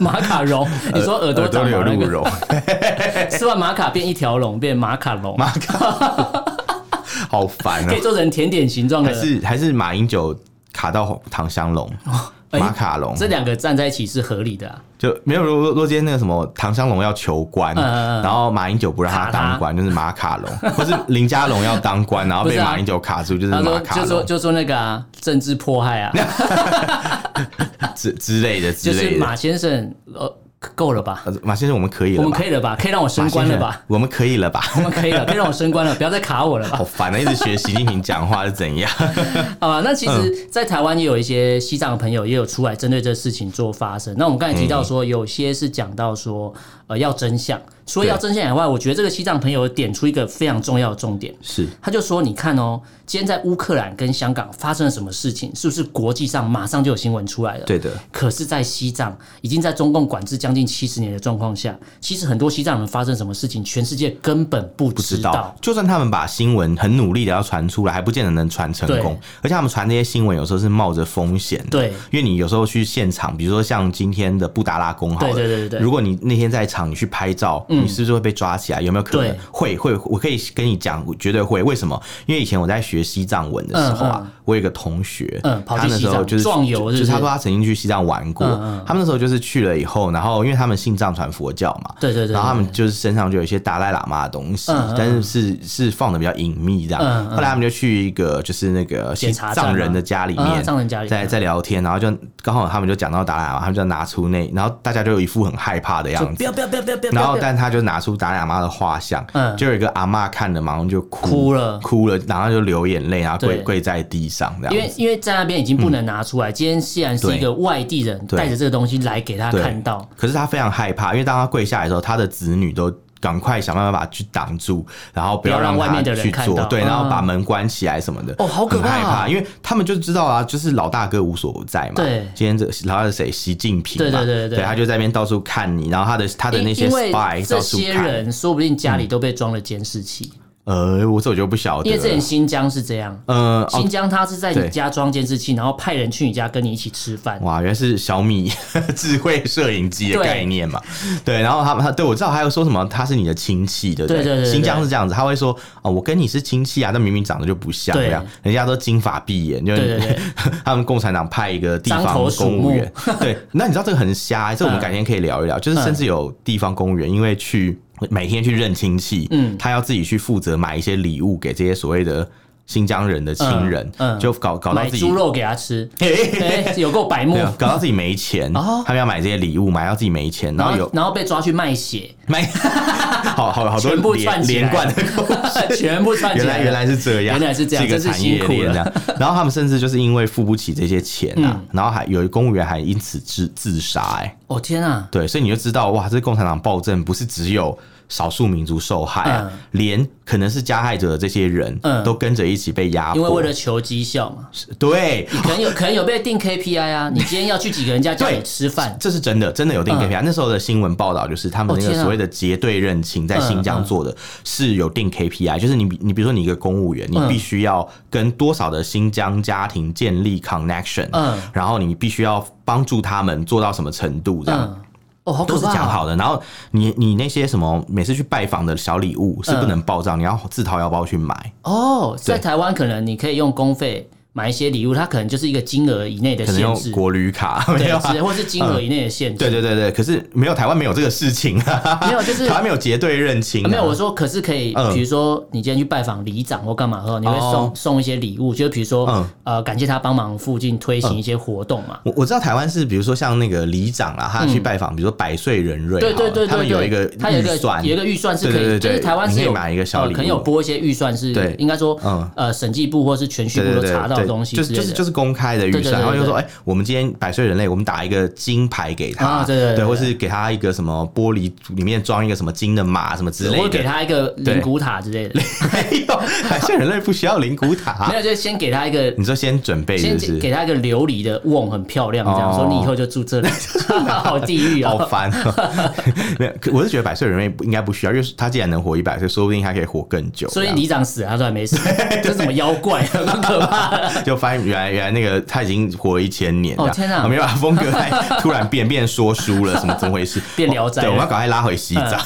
S1: 马卡龙，你说耳朵
S2: 呃耳
S1: 长
S2: 朵
S1: 毛
S2: 有
S1: 那
S2: 鹿
S1: 个，
S2: 茸，
S1: 吃完玛卡变一条龙，变马卡龙，
S2: 马卡龙， 好烦
S1: 可以
S2: 哦。
S1: 做成甜点形状
S2: 还
S1: 的。
S2: 是还是马英九卡到唐香龙，
S1: 哎
S2: 马卡龙
S1: 这两个站在一起是合理的啊。
S2: 就没有。如果若今天那个什么唐香龙要求官，
S1: 嗯嗯嗯
S2: 然后马英九不让他
S1: 卡他
S2: 当官，就是马卡龙， 或是林佳龙要当官，然后
S1: 不
S2: 被
S1: 是啊
S2: 马英九卡住， 就是
S1: 他说
S2: 马卡
S1: 啊就说
S2: 龙
S1: 就说那个啊，政治迫害啊，
S2: 之之类的之
S1: 就
S2: 类
S1: 是
S2: 的。
S1: 马先生呃够了吧？
S2: 呃马先生，我们可以
S1: 我
S2: 了
S1: 们
S2: 吧？
S1: 可以了吧？可以让我升
S2: 马
S1: 官
S2: 先
S1: 了
S2: 生
S1: 吧？？
S2: 我们可以了吧？
S1: 我们可以了，可以让我升官了，不要再卡我了吧
S2: 好？烦啊！一直学习近平讲话是 怎样？
S1: 好吧，那其实，
S2: 嗯
S1: 在台湾也有一些西藏的朋友也有出来针对这事情做发声。那我们刚才提到说，有些是讲到说，呃，要真相。除了要真相以外，我觉得这个西藏朋友有点出一个非常重要的重点，
S2: 是
S1: 他就说：“你看哦，今天在乌克兰跟香港发生了什么事情？是不是国际上马上就有新闻出来了？”
S2: 对的，
S1: 可是，在西藏已经在中共管制将近七十年的状况下，其实很多西藏人发生什么事情，全世界根本不
S2: 不
S1: 知
S2: 知
S1: 道
S2: 道。。就算他们把新闻很努力的要传出来，还不见得能传成功。而且他们传这些新闻，有时候是冒着风险的。
S1: 对
S2: 因为你有时候去现场，比如说像今天的布达拉宫好了，
S1: 对对对对对
S2: 如果你那天在场，你去拍照，你是不是会被抓起来？有没有可能
S1: 对？
S2: 会会，我可以跟你讲，我绝对会。为什么？因为以前我在学西藏文的时候啊，
S1: 嗯
S2: 我有一个同学，
S1: 嗯跑去
S2: 他那时
S1: 西
S2: 候
S1: 藏
S2: 就是
S1: 壮游
S2: 就是
S1: 不是
S2: 就是他说他曾经去西藏玩过，
S1: 嗯嗯
S2: 他们那时候就是去了以后，然后因为他们信藏传佛教嘛，
S1: 对对对对
S2: 然后他们就是身上就有一些达赖喇嘛的东西，
S1: 嗯嗯
S2: 但是是是放的比较隐秘这样。
S1: 嗯嗯
S2: 后来他们就去一个就是那个西
S1: 检查站
S2: 藏人
S1: 吗
S2: 的家里面，
S1: 啊，藏人家里
S2: 在在聊天，然后就刚好他们就讲到达赖喇嘛，他们就拿出那，然后大家就有一副很害怕的
S1: 就
S2: 样
S1: 不
S2: 子。
S1: 要不要不要不要不要，
S2: 然后
S1: 不，要
S2: 但他就拿出达赖喇嘛的画像，
S1: 嗯
S2: 就有一个阿嬷看了，马上就哭
S1: 哭了
S2: 哭了，然后就流眼泪，然后跪
S1: 对
S2: 跪在地上这样子。
S1: 因为因为在那边已经不能拿出来，今天既然是一个外地人
S2: 嗯对
S1: 带着这个东西来给他
S2: 对
S1: 看到，
S2: 可是他非常害怕，因为当他跪下来的时候，他的子女都赶快想办法去挡住，然后不
S1: 不要让
S2: 让
S1: 外
S2: 他
S1: 面的人
S2: 去
S1: 看
S2: 做，
S1: 到
S2: 对，然后
S1: 嗯
S2: 把门关起来什么的。
S1: 哦好可
S2: 很害
S1: 怕啊
S2: 怕，因为他们就知道啊，就是老大哥无所不在嘛。
S1: 对
S2: 今天这个老大是谁？习近平嘛。
S1: 对对对对
S2: 对，他就在那边到处看你，然后他的他的那些
S1: 因因为
S2: spy
S1: 这
S2: 到处
S1: 些
S2: 看。嗯
S1: 人说不定家里都被装了监视器，
S2: 呃，我这我就不晓得
S1: 因为之
S2: 了
S1: 前。新疆是这样。
S2: 呃，哦，
S1: 新疆，他是在
S2: 对
S1: 你家装监视器，然后派人去你家跟你一起吃饭。
S2: 哇，原来是小 米智慧摄影机的
S1: 对
S2: 概念嘛？对，然后他们他对我知道，还有说什么他是你的亲戚，对不
S1: 对对对对
S2: 新疆是这样子，他会说哦，我跟你是亲戚啊，但明明长得就不像
S1: 对
S2: 这样，人家都金发碧眼，就
S1: 对对对
S2: 他们共产党派一个地方
S1: 獐头鼠
S2: 公务
S1: 目嗯
S2: 员，对，那你知道这个 很瞎，这我们改天可以聊一聊，就是甚至有地方公务员因为去。每天去认亲戚，嗯，他要自己去负责买一些礼物给这些所谓的新疆人的亲人，
S1: 嗯嗯
S2: 就搞搞到
S1: 买
S2: 自己
S1: 猪肉给他 吃，哎有够白目
S2: 对。啊，搞到自己没钱，
S1: 哦
S2: 他们要买这些礼物，买到自己没钱，然
S1: 然
S2: 后
S1: 后
S2: 有
S1: 然后被抓去卖血，
S2: 买， 好好好多
S1: 全部
S2: 连
S1: 串起来
S2: 连 贯的故事。
S1: 全部串起
S2: 原
S1: 来
S2: 来
S1: 了。
S2: 原来是这样，
S1: 原来是这样
S2: 一个
S1: 真是
S2: 产业
S1: 辛苦
S2: 链
S1: 了嗯
S2: 这样。然后他们甚至就是因为付不起这些钱啊，然后还有一公务员还因此自自杀，哎，
S1: 哦天啊，
S2: 对，所以你就知道哇，这共产党暴政不是只有少数民族受害啊，连可能是加害者的这些人
S1: 嗯
S2: 都跟着一起被压迫，
S1: 因为为了求绩效嘛，
S2: 对
S1: 你可能有可能有被定 KPI 啊，你今天要去几个人家叫你吃饭，
S2: 这是真的，真的有定 KPI、那时候的新闻报道就是他们那
S1: 嗯哦
S2: 个
S1: 天啊
S2: 所谓的结对认亲，在新疆做的是有定 KPI，就是你比你比如说你一个公务员，你
S1: 嗯
S2: 必须要跟多少的新疆家庭建立 connection，、
S1: 嗯
S2: 然后你必须要帮助他们做到什么程度这样。
S1: 嗯，哦好
S2: 都
S1: 可
S2: 是
S1: 怕
S2: 讲
S1: 啊，
S2: 好的，然后你你那些什么每次去拜访的小礼物是不
S1: 嗯
S2: 能报账，你要自掏腰包去买，
S1: 哦，在
S2: 对
S1: 台湾可能你可以用公费买一些礼物，它可能就是一个金额以内的
S2: 可能
S1: 限
S2: 用
S1: 制，
S2: 国旅卡， 没有
S1: 对，
S2: 啊
S1: 只或是金额以内的限制，
S2: 对对对对，可是没有台湾没有这个事情啊，
S1: 没有就是
S2: 台湾没有结对认亲、啊，
S1: 没有，我说可是可以，
S2: 嗯
S1: 比如说你今天去拜访里长或干嘛的时候，你会送、
S2: 哦
S1: 送一些礼物，就是比如说、
S2: 嗯
S1: 呃，感谢他帮忙附近推行一些活动嘛。
S2: 我我知道台湾是，比如说像那个里长啦，他去拜访，比如说百岁人瑞
S1: 嗯
S2: 好
S1: 对
S2: 了，
S1: 对对对，
S2: 他们有一个
S1: 他有一
S2: 预
S1: 个
S2: 算，
S1: 有一个预算是可以，
S2: 对对对对
S1: 就是台湾
S2: 你
S1: 是
S2: 可以
S1: 有
S2: 买一个小
S1: 呃
S2: 礼物
S1: 可能有拨一些预算是，
S2: 对
S1: 应该说、
S2: 嗯
S1: 呃审计部或是全序
S2: 对
S1: 部
S2: 对
S1: 都
S2: 对
S1: 查到
S2: 对
S1: 的东西
S2: 就
S1: 之
S2: 是
S1: 类的，
S2: 就是就是公开的预
S1: 对对
S2: 算，
S1: 对
S2: 然后就
S1: 对
S2: 说，哎，我们今天百岁人类，我们打一个金牌给他，
S1: 啊对对对
S2: 对，
S1: 对
S2: 或是给他一个什么玻璃里面装一个什么金的马什么之
S1: 我
S2: 类
S1: 会给
S2: 的，
S1: 他一个灵骨塔之类的，
S2: 没有，百岁人类不需要灵骨塔
S1: 没，有，就是先给他一个。
S2: 你说先准备是
S1: 先
S2: 不
S1: 给
S2: 是？
S1: 给他一个琉璃的瓮，很漂亮，这样、
S2: 哦
S1: 说你以后就住这里， 好地狱哦
S2: 好！烦哦， 没有，可我是觉得百岁人类不应该不需要，因为他既然能活一百岁，说不定还可以活更久。
S1: 所以
S2: 这样
S1: 里长死了，他都还 没死，这是什么妖怪，很可怕。
S2: 就发现原来原来那个他已经活了一千年这样，
S1: 哦天啊
S2: 没有办法，风格还突然变变说书了，什么怎么回事？ 哦
S1: 变聊斋
S2: 对，
S1: 了
S2: 我们要赶快拉回西藏，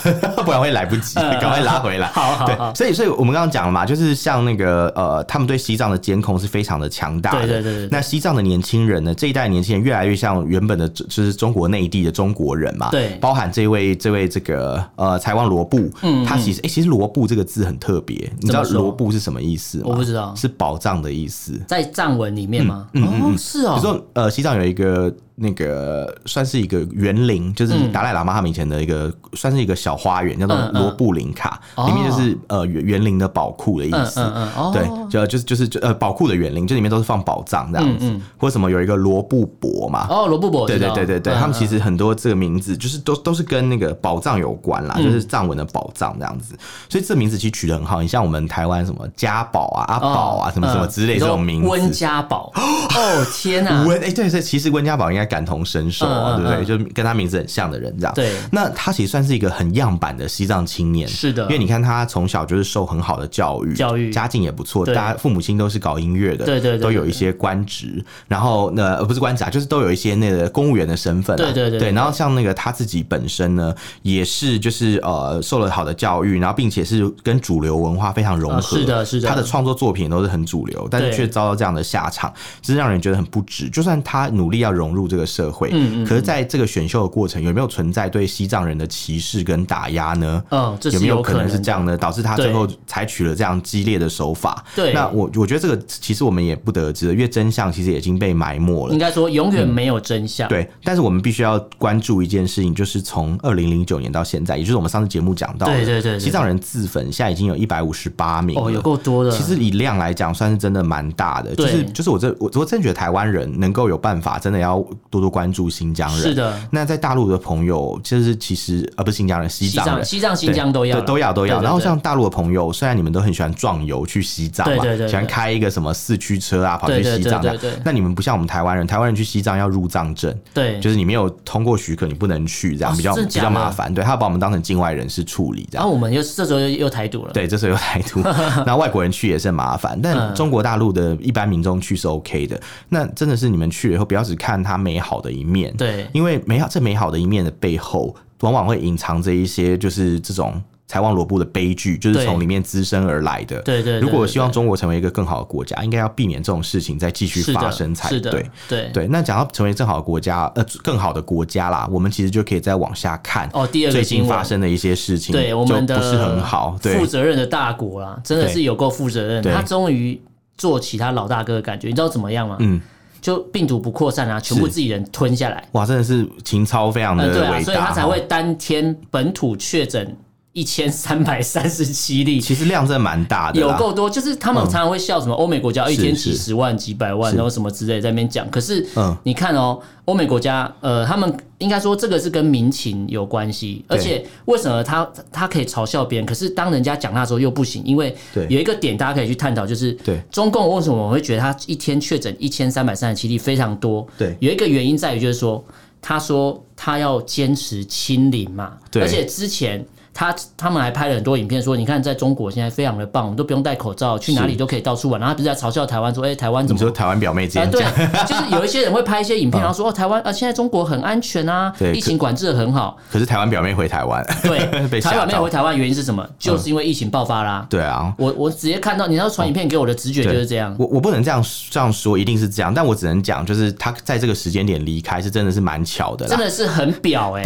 S2: 不然会来不及，
S1: 嗯
S2: 赶快拉回来。
S1: 好好好
S2: 对，所以所以我们刚刚讲了嘛，就是像那个呃，他们对西藏的监控是非常的强大的。
S1: 对对对对对
S2: 那西藏的年轻人呢，这一代年轻人越来越像原本的就就是中国内地的中国人嘛。
S1: 对
S2: 包含这位这位这个呃台湾罗布，他其实哎、其实罗布这个字很特别，你知道
S1: 嗯怎么说
S2: 罗布是什么意思吗？
S1: 我不知道
S2: 是宝藏的意思。
S1: 在藏文里面吗？哦，是
S2: 比如
S1: 哦，
S2: 说，呃，西藏有一个那个算是一个园林，就是达赖喇嘛他们以前的一个、算是一个小花园，叫做
S1: 嗯嗯
S2: 罗布林卡，
S1: 哦
S2: 里面就是呃园园林的宝库的意
S1: 嗯
S2: 思。
S1: 嗯嗯，哦，
S2: 对，就就是就是就呃，宝库的园林，这里面都是放宝藏这样子，或什么有一个罗布泊嘛，
S1: 嗯哦，罗布泊，
S2: 对
S1: 我知
S2: 对
S1: 道
S2: 对对对，
S1: 嗯
S2: 他们其
S1: 嗯
S2: 实很多这个名字就是都都是跟那个宝藏有关
S1: 嗯
S2: 啦，就是藏文的宝藏这样子，所以这名字其实取得很好。你像我们台湾什么家宝啊、阿宝啊、
S1: 哦
S2: 什么什么
S1: 嗯
S2: 之类
S1: 你
S2: 这
S1: 说
S2: 种名
S1: 温
S2: 字。
S1: 家 宝，哦天哪，
S2: 温哎、对对，其实温家宝应该感同身受
S1: 嗯
S2: 啊，
S1: 嗯
S2: 对不对？
S1: 嗯
S2: 就是跟他名字很像的人这样。
S1: 对
S2: 那他其实算是一个很样板的西藏青年，
S1: 是的
S2: 因为你看他从小就是受很好的教育，
S1: 教育
S2: 家境也不错，大
S1: 对
S2: 家父母亲都是搞音乐的，
S1: 对对对
S2: 都有一些官职，然后呃呃不是官职啊，就是都有一些那个公务员的身份啊、
S1: 对对对
S2: 对。然后像那个他自己本身呢，也是就是呃受了好的教育，然后并且是跟主流文化非常融合，
S1: 啊是的是的
S2: 他的创作作品都是很主流，但是
S1: 对
S2: 却遭到这样的下场，是让人觉得很不值。就算他努力要融入这个社会，
S1: 嗯嗯
S2: 可是在这个选秀的过程，有没有存在对西藏人的歧视跟打压呢？
S1: 嗯，这
S2: 有
S1: 是
S2: 没有
S1: 可
S2: 可能是
S1: 的
S2: 这样呢？导致他
S1: 对
S2: 最后采取了这样激烈的手法。
S1: 对
S2: 那我我觉得这个其实我们也不得而知了，因为真相其实已经被埋没了
S1: 应。该说永远没有真相。
S2: 嗯对，但是我们必须要关注一件事情，就是从二零零九年到现在，也就是我们上次节目讲到的，
S1: 对对对对
S2: 西藏人自焚现在已经有一百五十八名了
S1: 哦，有够多的。
S2: 其实以量来讲，算是真的蛮大的。就
S1: 对
S2: 是就是我这我我真的觉得台湾人能够有办法，真的要多多关注新疆人。
S1: 是。的，
S2: 那在大陆的朋友，就是其实啊，不是新疆人，西
S1: 西
S2: 藏
S1: 藏、
S2: 人。
S1: 西藏、新
S2: 对
S1: 疆都要
S2: 对
S1: 啦
S2: 都要都要。
S1: 对对
S2: 然后
S1: 对
S2: 像大陆的朋友，虽然你们都很喜欢壮游去西藏嘛，
S1: 对对对对
S2: 喜欢开一个什么四驱车啊，跑去
S1: 对对
S2: 西藏
S1: 对
S2: 的
S1: 对对。
S2: 那你们不像我们台湾人，台湾人去西藏要入藏证，
S1: 对，
S2: 就是你没有通过许可，你不能去，这样
S1: 哦
S2: 比较
S1: 真的
S2: 比
S1: 哦假
S2: 较
S1: 的
S2: 麻烦。对，他把我们当成境外人士处理这
S1: 然
S2: 样。
S1: 后我们又这时候又又台独了。
S2: 对，这是有台独，那外国人去也是很麻烦，但
S1: 嗯
S2: 中国大陆的一般民众去是 OK 的。那真的是你们去了以后，不要只看它美好的一面，
S1: 对
S2: 因为美好这美好的一面的背后，往往会隐藏着一些就是这种财旺萝卜的悲剧，就是
S1: 对
S2: 从里面滋生而来的。
S1: 对对对
S2: 如果
S1: 对
S2: 希望中国成为一个更好的国家，应该要避免这种事情再继续
S1: 是
S2: 发
S1: 的，
S2: 生才
S1: 是的
S2: 对。，
S1: 对
S2: 对，那讲到成为更好的国家，呃，更好的国家啦，我们其实就可以再往下看
S1: 哦，第二个
S2: 最近
S1: 新闻
S2: 发，生的一些事情，
S1: 对我
S2: 就
S1: 们的
S2: 不是很好，对
S1: 负，责任的大国啦，真的
S2: 对
S1: 是有够负责任的。
S2: 对
S1: 他终于做起他老大哥的感觉，你知道怎么样吗？
S2: 嗯，
S1: 就病毒不扩散啊，全部自己人吞下来。
S2: 哇，真的是情操非常的
S1: 嗯，对啊，
S2: 伟
S1: 所以他
S2: 大，
S1: 才
S2: 哦
S1: 会当天本土确诊一千三百三十七例，
S2: 其实量真的蛮大的啦，嗯
S1: 有够多，就是他们常常会笑什么欧美国家一天
S2: 是
S1: 几十万、几百万，
S2: 是
S1: 然后什么之类在那边讲。可是
S2: 嗯
S1: 你看哦，欧美国家，呃，他们应该说这个是跟民情有关系，
S2: 对
S1: 而且为什么他他可以嘲笑别人，可是当人家讲他的时候又不行，因为
S2: 对
S1: 有一个点大家可以去探讨，就是
S2: 对
S1: 中共为什么我会觉得他一天确诊一千三百三十七例非常多，
S2: 对
S1: 有一个原因在于就是说，他说他要坚持清零嘛，
S2: 对
S1: 而且之前。他他们还拍了很多影片，说你看，在中国现在非常的棒，我们都不用戴口罩，去哪里都可以到处玩。然后他不是在嘲笑台湾说，哎、台湾怎
S2: 你
S1: 么
S2: 说台湾表妹之
S1: 啊，
S2: 间
S1: 对
S2: 讲，，
S1: 就是有一些人会拍一些影 片，然后说哦，台湾啊，现在中国很安全啊
S2: 对，
S1: 疫情管制的很好。
S2: 可是台湾表妹回台湾， 被
S1: 对，
S2: 吓
S1: 台湾没
S2: 到嗯
S1: 有回台湾，原因是什么？就是因为疫情爆发啦。
S2: 对啊。
S1: 我我直接看到，你要传影片给我的直觉就
S2: 对
S1: 是这样。
S2: 我我不能这样这样说，一定是这样，但我只能讲，就是他在这个时间点离开是真的是蛮巧的啦
S1: 真，的是很表哎、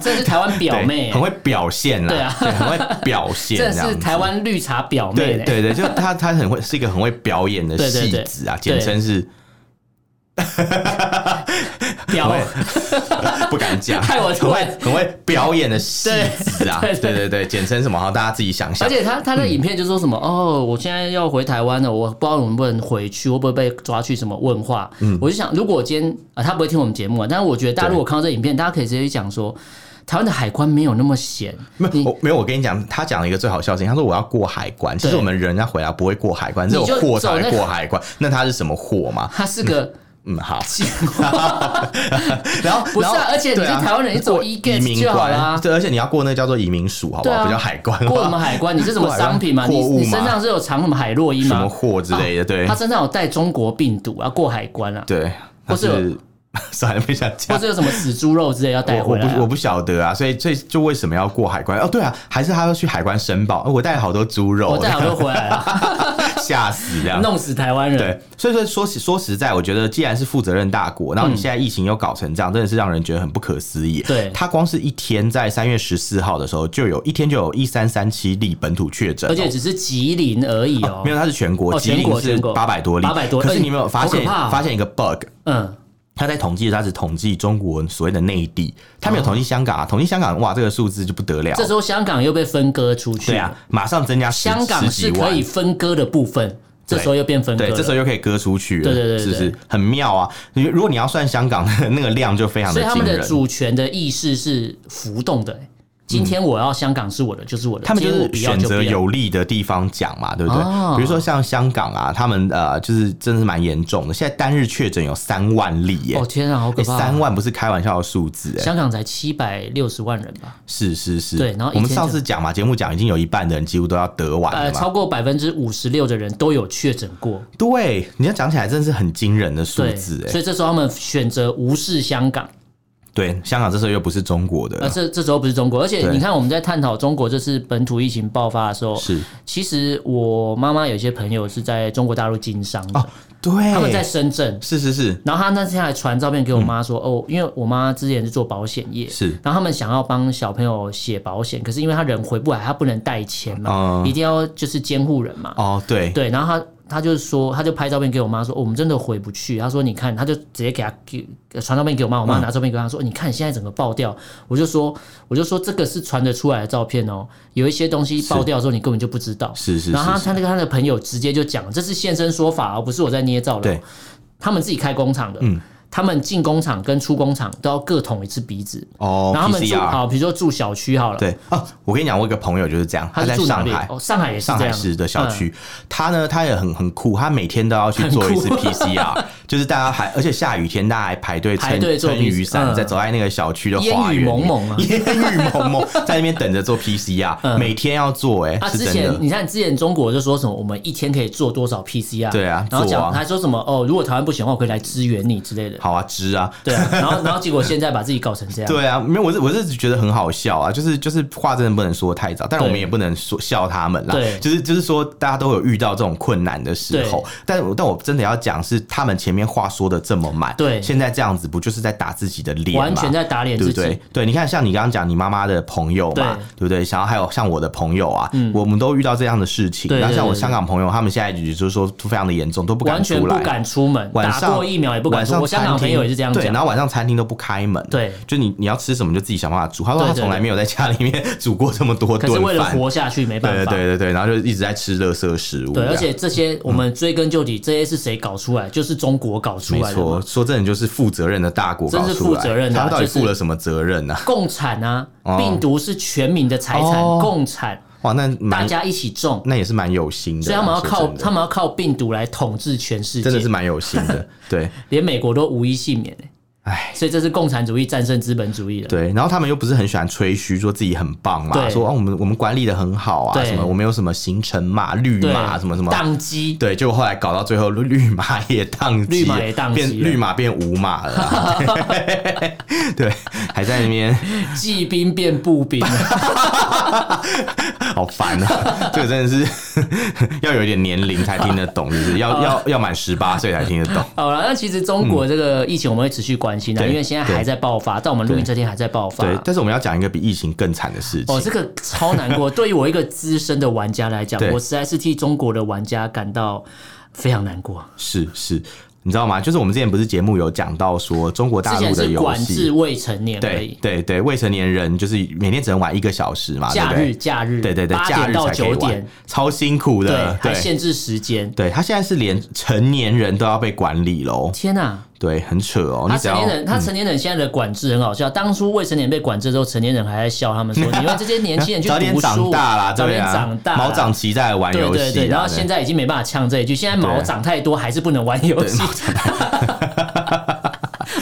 S1: 真的是台湾表
S2: 对
S1: 妹、
S2: 很
S1: 欸，
S2: 会表现啦，
S1: 对啊
S2: 很会表现，
S1: 真的
S2: 这样
S1: 是
S2: 子
S1: 台湾绿茶表妹欸
S2: 对
S1: 嘞、
S2: 对对，就他他很会是一个很会表演的
S1: 对对
S2: 戏
S1: 对
S2: 子啊，
S1: 对
S2: 简称是
S1: 表
S2: 很会不敢 讲，
S1: 害我
S2: 很
S1: 突
S2: 会
S1: 然
S2: 很会表演的戏子啊，对
S1: 对对
S2: 对对，简称什么？好，大家自己想
S1: 而
S2: 想。
S1: 且他他的影片就说什
S2: 嗯
S1: 么、哦，我现在要回台湾了，我不知道能不能回去，会不会被抓去什么问话？我就想，如果我今天啊、他不会听我们节目啊，但是我觉得大家
S2: 嗯对
S1: 如果看到这影片，大家可以直接去讲说，台湾的海关没有那么闲，
S2: 没有
S1: 你
S2: 我没有，我跟你讲，他讲了一个最好笑的事情，他说我要过海关，其实
S1: 对
S2: 我们人家回来不会过海关，只有
S1: 你就
S2: 货才
S1: 走
S2: 会
S1: 那
S2: 过海关，那他是什么货嘛？
S1: 他是 个
S2: 嗯，好，
S1: 贱
S2: 然后
S1: 不是啊
S2: 然后
S1: 而且你
S2: 对啊
S1: 是台湾人你走 E
S2: 过
S1: e-gate
S2: 移民
S1: 就好
S2: 关
S1: 了啊
S2: 对，而且你要过那个叫做移民署，好不
S1: 对
S2: 好？
S1: 啊
S2: 不叫海关，好 不
S1: 过
S2: 好
S1: 什么海关？你是什么商品嘛？
S2: 过
S1: 你你
S2: 海关货物嘛
S1: 身上是有藏什么海洛因
S2: 什么
S1: 吗？
S2: 货之类的，对
S1: 啊他身上有带中国病毒啊，过海关啊，
S2: 对，他
S1: 或是有
S2: 是 算了，不想
S1: 或
S2: 讲。
S1: 者有什么死猪肉之类要带
S2: 我我
S1: 回来啊、
S2: 不我不晓得啊，所以所以就为什么要过海关？哦，对啊，还是他要去海关申报。哦我带了好多猪肉，
S1: 我带好多回来了，
S2: 吓死这样。
S1: 弄死台湾人。
S2: 对，所以说说实说实在，我觉得既然是负责任大国，然后你现在疫情又搞成这样，真的是让人觉得很不可思议。
S1: 嗯对
S2: 他光是一天在三月十四号的时候，就有一天就有一三三七例本土确诊哦，
S1: 而且只是吉林而已哦。
S2: 没有，它是全国，
S1: 哦
S2: 吉
S1: 全
S2: 林
S1: 国
S2: 是
S1: 全国
S2: 八百多例，
S1: 800多
S2: 可
S1: 哎
S2: 是你有没有发现
S1: 好可怕哦
S2: 发现一个 bug？
S1: 嗯，
S2: 他在统计，他只统计中国所谓的内地，他没有统计香港啊。统计香港，哇，这个数字就不得了
S1: 哦这。时候香港又被分割出去，
S2: 对啊，，马上增加十
S1: 香港
S2: 十
S1: 是
S2: 几
S1: 可
S2: 万
S1: 以。分割的部分，这时候又变分割
S2: 对，
S1: 了。
S2: 这时候又可以割出去了，
S1: 对对对对
S2: 是不是很妙啊？你如果你要算香港 的那个量，就非常
S1: 所
S2: 的
S1: 以他
S2: 惊
S1: 们的
S2: 人。
S1: 主权的意识是浮动的、欸今天我要香港是我的，就是我的；
S2: 他们就
S1: 今天我
S2: 是
S1: 不要
S2: 选
S1: 就不
S2: 择
S1: 要。
S2: 有利的地方讲嘛，对不对？
S1: 哦
S2: 比如说像香港啊，他们呃，就是真的是蛮严重的，现在单日确诊有三万例耶、
S1: 哦天啊，好可
S2: 欸
S1: 怕！
S2: 三、万不是开玩笑的数字哎、
S1: 香港才七百六十万人吧，
S2: 是是是。
S1: 对然后一
S2: 我们
S1: 天
S2: 上
S1: 就
S2: 次讲嘛，节目讲已经有一半的人几乎都要得完
S1: 呃，
S2: 了嘛。
S1: 超过百分之五十六的人都有确诊过，
S2: 对，你要讲起来真的是很惊人的数
S1: 对，
S2: 字哎、
S1: 所以这时候他们选择无视香港，
S2: 对，香港这时候又不是中国的，
S1: 呃，这这时候不是中国，而且
S2: 啊对
S1: 你看我们在探讨中国这次本土疫情爆发的时候，
S2: 是
S1: 其实我妈妈有些朋友是在中国大陆经商的，
S2: 哦，对，
S1: 他们在深圳，
S2: 是是是
S1: 然后他那天还传照片给我妈说，哦，因为我妈之前是做保险业，
S2: 是
S1: 然后他们想要帮小朋友写保险，可是因为他人回不来，他不能带钱嘛，
S2: 嗯
S1: 一定要就是监护人嘛，
S2: 哦，对，
S1: 对，然后他他就说，他就拍照片给我妈说、哦我们真的回不去。他说，你看，他就直接给他给传照片给我
S2: 嗯
S1: 妈，我妈拿照片给他说，你看现在整个爆掉。我就说，我就说这个是传得出来的照片哦，有一些东西爆掉的时候你根本就不知道。
S2: 是是
S1: 然后他
S2: 是是，
S1: 他那个他的朋友直接就讲，这是现身说法哦，不是我在捏造的哦。
S2: 对
S1: 他们自己开工厂的，
S2: 嗯
S1: 他们进工厂跟出工厂都要各捅一次鼻子。
S2: 哦
S1: 然后他们住
S2: ，PCR，
S1: 好，比如说住小区好了，
S2: 对哦，我跟你讲，我有一个朋友就是这样，
S1: 他
S2: 在
S1: 是住哪
S2: 上
S1: 里？
S2: 海。
S1: 哦，上海也是
S2: 上
S1: 这
S2: 海
S1: 样
S2: 市的小区，他呢，他也很很酷，他每天都要去做一次
S1: 很
S2: PCR，就是大家还，而且下雨天大家还排队
S1: 排
S2: 撑
S1: 队做
S2: 撑雨
S1: PCR
S2: 伞，
S1: 嗯
S2: 在走在那个小区的
S1: 烟
S2: 花
S1: 雨
S2: 园里
S1: 蒙蒙啊
S2: 烟雨蒙蒙，在那边等着做 PCR，每天要做，哎
S1: 他，嗯
S2: 是
S1: 啊之
S2: 真
S1: 前
S2: 的，
S1: 你看，之前中国就说什么我们一天可以做多少 PCR，
S2: 对啊
S1: 然后
S2: 做
S1: 讲
S2: 啊
S1: 还说什么哦，如果台湾不行的话，我可以来支援你之类的，
S2: 好啊，知啊，
S1: 对啊，然后然后结果现在把自己搞成这样，
S2: 对啊，没有，我是我是觉得很好笑啊，就是就是话真的不能说太早，但是我们
S1: 对
S2: 也不能说笑他们啦。
S1: 对
S2: 就是就是说大家都有遇到这种困难的时候，但我但我真的要讲是他们前面话说的这么满，
S1: 对
S2: 现在这样子不就是在打自己的脸吗？
S1: 完全在打脸
S2: 啊对
S1: 自
S2: 不
S1: 己，
S2: 对？对，你看，像你刚刚讲你妈妈的朋友嘛，对不对？然后还有像我的朋友啊，我们都遇到这样的事情。
S1: 嗯对
S2: 然后像我
S1: 对对
S2: 香港朋友，他们现在也就是说都非常的严重，都不敢
S1: 完全
S2: 出
S1: 不
S2: 来，
S1: 敢出门，
S2: 晚
S1: 打
S2: 上
S1: 过疫苗也不敢
S2: 晚
S1: 出。
S2: 上
S1: 我香港
S2: 餐厅
S1: 朋友也是这样
S2: 对，然
S1: 讲，
S2: 后晚上餐厅都不开门，
S1: 对，
S2: 就你你要吃什么就自己想办法煮。他说
S1: 对
S2: 他
S1: 对
S2: 从来
S1: 对
S2: 没有在家里面煮过这么多
S1: 可
S2: 顿
S1: 是为了
S2: 饭，
S1: 活下去没
S2: 对
S1: 办
S2: 对
S1: 法。
S2: 对对啊对，然后就一直在吃垃圾食物这
S1: 对，
S2: 样，
S1: 而且这些我
S2: 嗯
S1: 们追根究底，这些是谁搞出来？就是中国搞出
S2: 没
S1: 来的
S2: 错，
S1: 嘛，
S2: 说真的就是负责任的大国
S1: 真
S2: 搞
S1: 是
S2: 出
S1: 负
S2: 来，
S1: 责任的啊
S2: 他们到底
S1: 就是
S2: 负了什么责任呢？
S1: 共产啊！
S2: 哦
S1: 病毒是全民的财产，
S2: 哦
S1: 共产
S2: 哇，那
S1: 大
S2: 蛮
S1: 家一起种，
S2: 那也是蛮有心的啊，
S1: 所以他们要
S2: 说
S1: 靠
S2: 真的
S1: 他们要靠病毒来统治全世
S2: 真的是
S1: 界，
S2: 蛮有心的， 对。
S1: 连美国都无一幸免、欸。
S2: 唉
S1: 所以这是共产主义战胜资本主义了。
S2: 对，然后他们又不是很喜欢吹嘘，说自己很棒嘛，
S1: 对
S2: 说啊我们我们管理的很好啊，
S1: 对
S2: 什么我们有什么行程码、绿
S1: 对
S2: 码什么什么，
S1: 宕机，
S2: 对，结果后来搞到最后， 绿马也宕机，
S1: 绿马也宕机
S2: 变
S1: 了
S2: 绿马变五马了啊、 对，还在那边，
S1: 骑兵变步兵了，
S2: 好烦啊！ 这个真的是要有一点年龄才听得懂，就是要要要满十八岁才 听得懂。
S1: 好了，那其实中国这个疫情我们会持续关心的，
S2: 对
S1: 因为现在还在爆发，到我们录音这天还在爆发。
S2: 嗯对，但是我们要讲一个比疫情更惨的事情。
S1: 哦，这个超难 过。对于我一个资深的玩家来讲，
S2: 对
S1: 我实在是替中国的玩家感到非常难过。
S2: 是是，你知道吗？就是我们之前不是节目有讲到说中国
S1: 之
S2: 大陆
S1: 前
S2: 的
S1: 是
S2: 游
S1: 管制
S2: 戏，
S1: 未成年而
S2: 对
S1: 已，
S2: 对对，未成年人就是每天只能玩一个小时嘛，对
S1: 假
S2: 不
S1: 日
S2: 对？
S1: 假日，
S2: 啊对对对，
S1: 八
S2: 假
S1: 点
S2: 日
S1: 到
S2: 才可以
S1: 九
S2: 玩
S1: 点，，
S2: 超辛苦
S1: 对
S2: 的，，
S1: 还限制时间。
S2: 对他现在是连成年人都要被管理喽，
S1: 天呐、啊，
S2: 对，很扯哦。
S1: 他
S2: 你只
S1: 成
S2: 要
S1: 年人，他成年人现在的管制很好笑。当初未成年被管制之后，成年人还在笑他们 说：“你们这些年轻人去
S2: 早点
S1: 读
S2: 长
S1: 书，
S2: 大啦，
S1: 早
S2: 对
S1: 点
S2: 啊，
S1: 长大啦，
S2: 毛长齐在玩
S1: 对
S2: 游
S1: 对
S2: 戏
S1: 对，
S2: 啦，
S1: 然后现在已经没办法呛这一句，现在毛长太多还是不能玩游戏，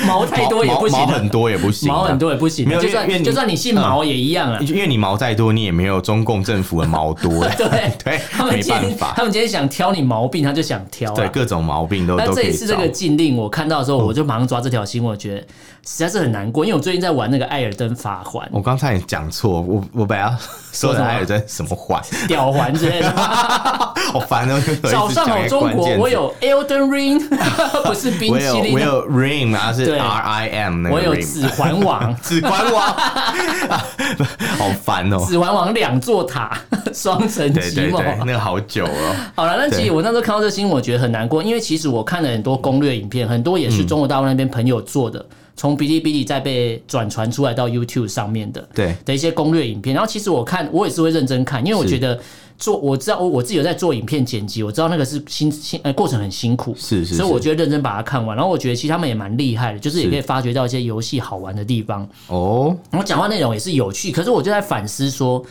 S1: 毛太多也不行啊
S2: 毛，毛很多也不行，啊
S1: 毛很。多也不行啊
S2: 没，有
S1: 就
S2: 因为
S1: 算
S2: 因为你嗯
S1: 就算你姓毛也一 样啊。
S2: 因为你毛再多，你也没有中共政府的毛多，
S1: 对
S2: 对
S1: 他，们
S2: 没
S1: 今
S2: 办
S1: 天
S2: 法，
S1: 他们今天想挑你毛病，他就想挑啊。
S2: 对各种毛病都
S1: 那
S2: 都可
S1: 这一
S2: 以
S1: 次这
S2: 找。嗯
S1: 个禁令，我看到的时候，我就马上抓这条新闻，我觉得实在是很难过，因为我最近在玩那个《艾尔登法环
S2: 我刚才也讲错，我我本来要说
S1: 什么
S2: 的还有在什么环，》、
S1: 《屌环》之类的。啊
S2: 好烦哦！
S1: 早上好，中国，我有 Elden Ring，不是冰
S2: 我
S1: 淇
S2: 有
S1: 淋
S2: 我。有 ring 啊，是
S1: 对对
S2: R I M 那个
S1: 我有
S2: rim，
S1: 指环网
S2: 指环王， 好烦 哦。
S1: 指环网两座塔， 双城
S2: 对
S1: 奇
S2: 对
S1: 谋。
S2: 对，那个好久哦 了。
S1: 好了，那其实
S2: 对
S1: 我那时候看到这新闻，我觉得很难过，因为其实我看了很多攻略影片，很多也是中国大陆那边朋友做的，从哔哩哔哩再被转传出来到 YouTube 上面的
S2: 对
S1: 的一些攻略影片。然后其实我看，我也是会认真看，因为我
S2: 是
S1: 觉得做我知道我我自己有在做影片剪辑，我知道那个是辛辛呃过程很辛苦，
S2: 是是
S1: 所以
S2: 是
S1: 我觉得认真把它看完。然后我觉得其实他们也蛮厉害的，就是也
S2: 是
S1: 可以发掘到一些游戏好玩的地方。
S2: 哦，
S1: 然后讲话内容也是有趣，可是我就在反思说，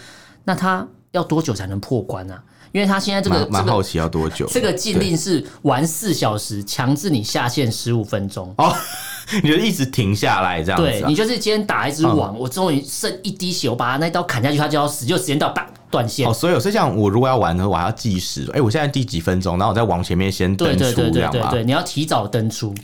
S1: 那他要多久才能破关啊？因为他现在这个
S2: 蛮
S1: 这
S2: 蛮
S1: 个
S2: 好奇要多久？
S1: 这个禁令是玩四小时，强制你下线十五分钟。
S2: 哦， 你就一直停下来这样
S1: 对
S2: 子啊嗯
S1: 你？就是今天打一只网，我终于剩一滴血，我把它那刀砍下去，它就要死，就时间到，当断线
S2: 哦，。所以有所以像我如果要玩的话，我还要计时。哎，我现在第几分钟？然后我再往前面先
S1: 对
S2: 登
S1: 对
S2: 出
S1: 对
S2: 这
S1: 对
S2: 样
S1: 对
S2: 吧。
S1: 对，你要提早登出，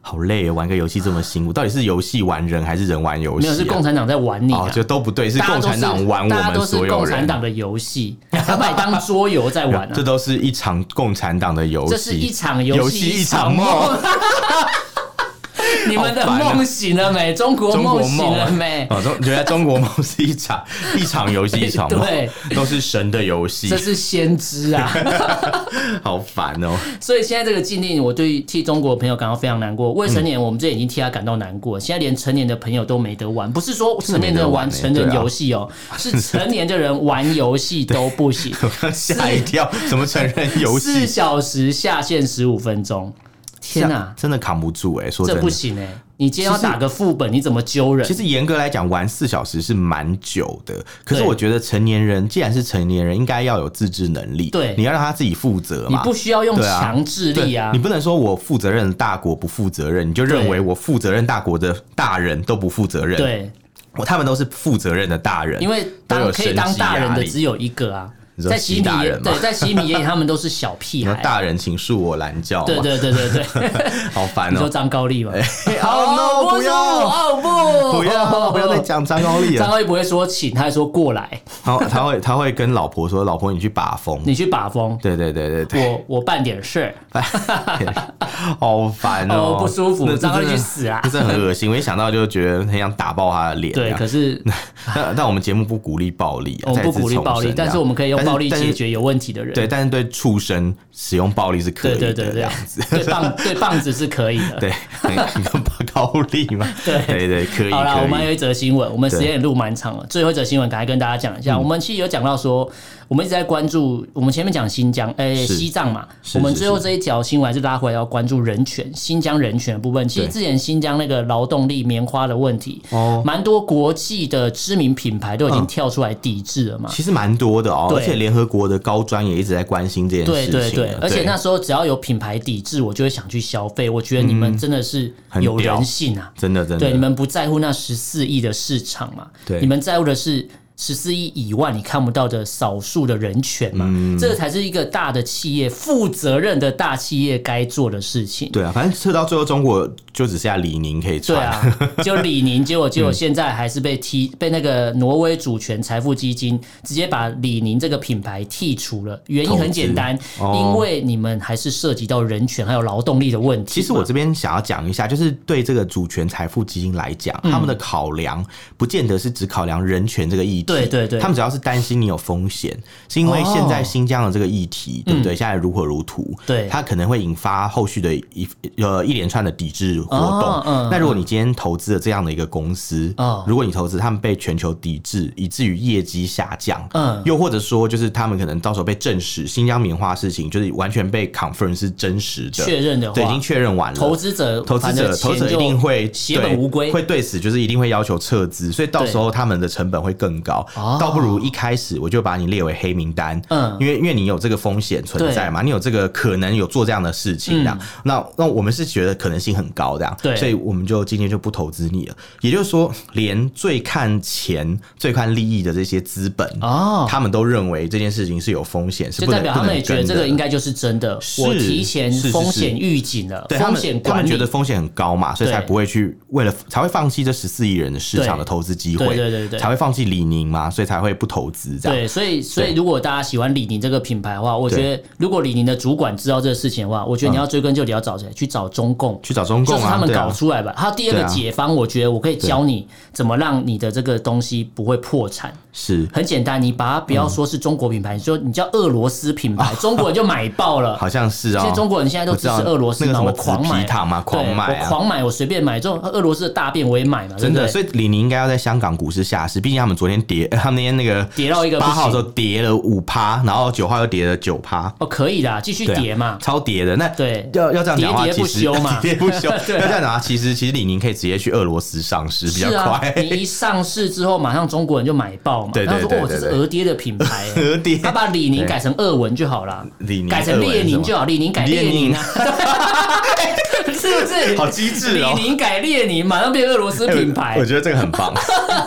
S2: 好累哦，玩个游戏这么辛苦，到底是游戏玩人还是人玩游戏
S1: 没
S2: 啊？
S1: 有是共产党在玩你啊
S2: 哦，！就都不对，是
S1: 大家
S2: 共
S1: 都
S2: 产党玩我
S1: 大家
S2: 们
S1: 都是
S2: 所有
S1: 共产
S2: 人，
S1: 党的游戏，他把你当桌游在玩
S2: 这
S1: 啊！
S2: 都是一场共产党的游戏，
S1: 这是一场游
S2: 戏
S1: 戏
S2: 一
S1: 一
S2: 场
S1: 场
S2: 梦
S1: 梦。 你们的
S2: 好烦啊
S1: 梦醒了没？中国
S2: 中国
S1: 梦醒
S2: 梦
S1: 了没？
S2: 哦，中原来中国梦是一场一场游戏一场 梦，
S1: 对，
S2: 都是神的游戏
S1: 这，是先知 啊！
S2: 好烦哦。
S1: 所以现在这个禁令，我对替中国朋友感到非常难过。未成
S2: 嗯
S1: 年，我们这已经替他感到难过。现在连成年的朋友都没得玩，不是说成年人玩成
S2: 啊
S1: 人游戏哦，是成年的人玩游戏都不
S2: 啊
S1: 行。
S2: 吓一跳！什么成人游
S1: 四
S2: 戏？
S1: 小时下线十五分钟，天哪、
S2: 真的扛不住哎、说
S1: 这
S2: 真
S1: 不
S2: 的。
S1: 行哎、你今天要打个副本，你怎么揪人
S2: 其？实严格来讲，玩四小时是蛮久的。可是
S1: 对
S2: 我觉得成年人既然是成年人，应该要有自制能力。
S1: 对
S2: 你要让他自己负责
S1: 你
S2: 嘛。
S1: 不需要用
S2: 对啊
S1: 强制力啊
S2: 你！不能说我负责任的大国不负责任，你就认
S1: 对
S2: 为我负责任大国的大人都不负责任。，
S1: 对，
S2: 我他们都是负责任的大人，
S1: 因为
S2: 都
S1: 当
S2: 有
S1: 可
S2: 神
S1: 以当
S2: 级
S1: 大
S2: 压
S1: 人的
S2: 力
S1: 只有一个啊，
S2: 你说
S1: 在习
S2: 习
S1: 米
S2: 大
S1: 眼
S2: 人嘛
S1: 对，在习米眼里他们都是小屁
S2: 你说
S1: 孩。
S2: 大人请恕我懒觉嘛，
S1: 对对对对对。
S2: 好 烦
S1: 你说
S2: 哦、
S1: 张高丽吗？
S2: no，
S1: 不
S2: 不
S1: 是
S2: 要
S1: 哦不，
S2: 不要不要再。讲张高丽
S1: 张
S2: 了，
S1: 高丽不会说请，他会说过来，
S2: 然后他会他会跟老婆说，老婆你去把风，
S1: 你去把风，
S2: 对对对对对，哎
S1: 我我办点事儿。
S2: 好烦哦、
S1: 哦不舒服
S2: 那这
S1: 张高丽
S2: 真的
S1: 去死啊
S2: 这真的很恶心，我一想到就觉得很想打爆他的脸。
S1: 对，可是
S2: 但但我们节目不鼓励暴力、啊，
S1: 我们不
S2: 再次
S1: 鼓励
S2: 重
S1: 暴力
S2: 申，这
S1: 但
S2: 样
S1: 是我们可以用
S2: 但是
S1: 暴力
S2: 但是
S1: 解决有问题的人。
S2: 对，但是对畜生使用暴力是可以
S1: 对
S2: 的，
S1: 对对
S2: 这
S1: 对
S2: 样子，，
S1: 对棒对棒子是可以的。
S2: 对， 很很高力嘛，
S1: 对
S2: 对对，可以，
S1: 好啦，
S2: 可以
S1: 我们还有一则新闻，我们时
S2: 对嗯
S1: 间也录蛮长了。最后一则新闻，赶快跟大家讲一下。我们其实有讲到说，我们一直在关注，我们前面讲新疆，诶、
S2: 是
S1: 西藏嘛。
S2: 是
S1: 我们
S2: 是
S1: 最后
S2: 是
S1: 这一条新闻还是拉回来要关注人权，新疆人权的部分。其实
S2: 对
S1: 之前新疆那个劳动力棉花的问题，
S2: 哦
S1: 蛮多国际的知名品牌都已经
S2: 嗯
S1: 跳出来抵制了嘛。
S2: 其实蛮多的哦，
S1: 对
S2: 而且联合国的高专也一直在关心这件
S1: 对
S2: 事情啊
S1: 对对，
S2: 了。
S1: 而且那时候只要有品牌抵制，我就会想去消费。我觉得你们真的是
S2: 嗯很
S1: 有
S2: 屌
S1: 人性啊！
S2: 真的真
S1: 对，你
S2: 的，
S1: 们不在乎那十四亿的市场嘛？
S2: 对
S1: 你们在乎的是十四亿以外你看不到的少数的人权嘛？
S2: 嗯
S1: 这才是一个大的企业负责任的大企业该做的事情。
S2: 对啊，反正撤到最后，中国就只剩下李宁可以
S1: 对
S2: 穿。
S1: 啊， 就李宁，结果结果现在还是被踢，被那个挪威主权财富基金直接把李宁这个品牌剔除了。原因很简单，
S2: 投资哦
S1: 因为你们还是涉及到人权还有劳动力的问题嘛。
S2: 其实我这边想要讲一下，就是对这个主权财富基金来讲，
S1: 嗯
S2: 他们的考量不见得是只考量人权这个议题，
S1: 对对对
S2: 他们主要是担心你有风险，是因为
S1: 哦嗯
S2: 现在新疆的这个议题，对不对？现在如火如荼，
S1: 对
S2: 它可能会引发后续的一呃一连串的抵制活
S1: 哦嗯
S2: 动。那如果你今天投资了这样的一个公司
S1: 哦，
S2: 如果你投资他们被全球抵制，以至于业绩下降，
S1: 嗯
S2: 又或者说就是他们可能到时候被证实新疆棉花事情就是完全被 confirm 是真实的，
S1: 确认的话
S2: 对，已经确认完了，
S1: 投资者
S2: 投资
S1: 反正
S2: 者投资
S1: 钱
S2: 者一
S1: 就
S2: 定会
S1: 血本无归
S2: 对会对此就是一定会要求撤资，所以到
S1: 对
S2: 时候他们的成本会更高
S1: 哦，
S2: 倒不如一开始我就把你列为黑名单，
S1: 嗯
S2: 因为因为你有这个风险存在嘛，你有这个可能有做这样的事情这样，那那我们是觉得可能性很高这样，
S1: 嗯对
S2: 所以我们就今天就不投资你了。也就是说，连最看钱、最看利益的这些资本，
S1: 哦。
S2: 他们都认为这件事情是有风险，是
S1: 就
S2: 不
S1: 代
S2: 能
S1: 表
S2: 不
S1: 他们
S2: 能
S1: 也觉得
S2: 跟
S1: 这个
S2: 的
S1: 应。该就是真的，
S2: 是
S1: 我提前
S2: 是是是
S1: 风险预警了，
S2: 对他
S1: 风
S2: 们
S1: 险，
S2: 他
S1: 管
S2: 们
S1: 理
S2: 觉得风险很高嘛，所以才
S1: 对
S2: 不会去为了才会放弃这十四亿人的市场
S1: 对
S2: 的投资机会，
S1: 对对对对
S2: 才会放弃李宁名嘛，所以才会不投资这样。
S1: 对，所以所以如果大家喜欢李宁这个品牌的话，我觉得如果李宁的主管知道这个事情的话，我觉得你要追根究底要找谁？去找中共，
S2: 嗯去找中
S1: 就
S2: 共
S1: 是他
S2: 啊，
S1: 们
S2: 对
S1: 搞
S2: 啊，
S1: 出来吧。还有第二个
S2: 对啊
S1: 解方，我觉得我可以
S2: 对
S1: 教你怎么让你的这个东西不会破产。
S2: 是
S1: 很简单，你把它不
S2: 嗯
S1: 要说是中国品牌，你说你叫俄罗斯品牌，中国人就买爆了。
S2: 啊 好像是
S1: 其
S2: 啊
S1: 实，中国人现在都
S2: 我
S1: 支
S2: 知
S1: 持
S2: 道
S1: 俄罗斯
S2: 那
S1: 嘛，
S2: 个什
S1: 我
S2: 么
S1: 狂
S2: 紫
S1: 买
S2: 皮糖嘛狂
S1: 对
S2: 买啊
S1: 我狂买，我随便买，这种俄罗斯的大便我也买嘛，
S2: 真
S1: 对
S2: 的，
S1: 不对
S2: 所以李宁应该要在香港股市下市，毕竟他们昨天跌， 他们那天那个
S1: 跌到一个不
S2: 八
S1: 行
S2: 号的时候跌了五趴，然后九号又跌了九趴，
S1: 哦，可以的，继续
S2: 对啊
S1: 叠嘛，
S2: 超跌的。那
S1: 对
S2: 要要这样讲的话，
S1: 喋喋
S2: 其
S1: 不
S2: 实
S1: 休 嘛
S2: 喋喋不 休。
S1: 对啊
S2: 要这样讲的话，其实其实李宁可以直接去俄罗斯上市比较
S1: 是啊
S2: 快，，
S1: 你一上市之后，马上中国人就买爆嘛，
S2: 对对
S1: 然后说
S2: 对
S1: 哦，
S2: 对
S1: 这是
S2: 对，
S1: 俄爹的品牌欸
S2: 折叠
S1: 他把李宁
S2: 对
S1: 改成俄文就好了，
S2: 李宁
S1: 改成列宁就好，李宁改列宁啊， 是不是？
S2: 好机智哦
S1: 李。宁改列宁，马上变俄罗斯
S2: 哎
S1: 品牌
S2: 我我。觉得这个 很棒。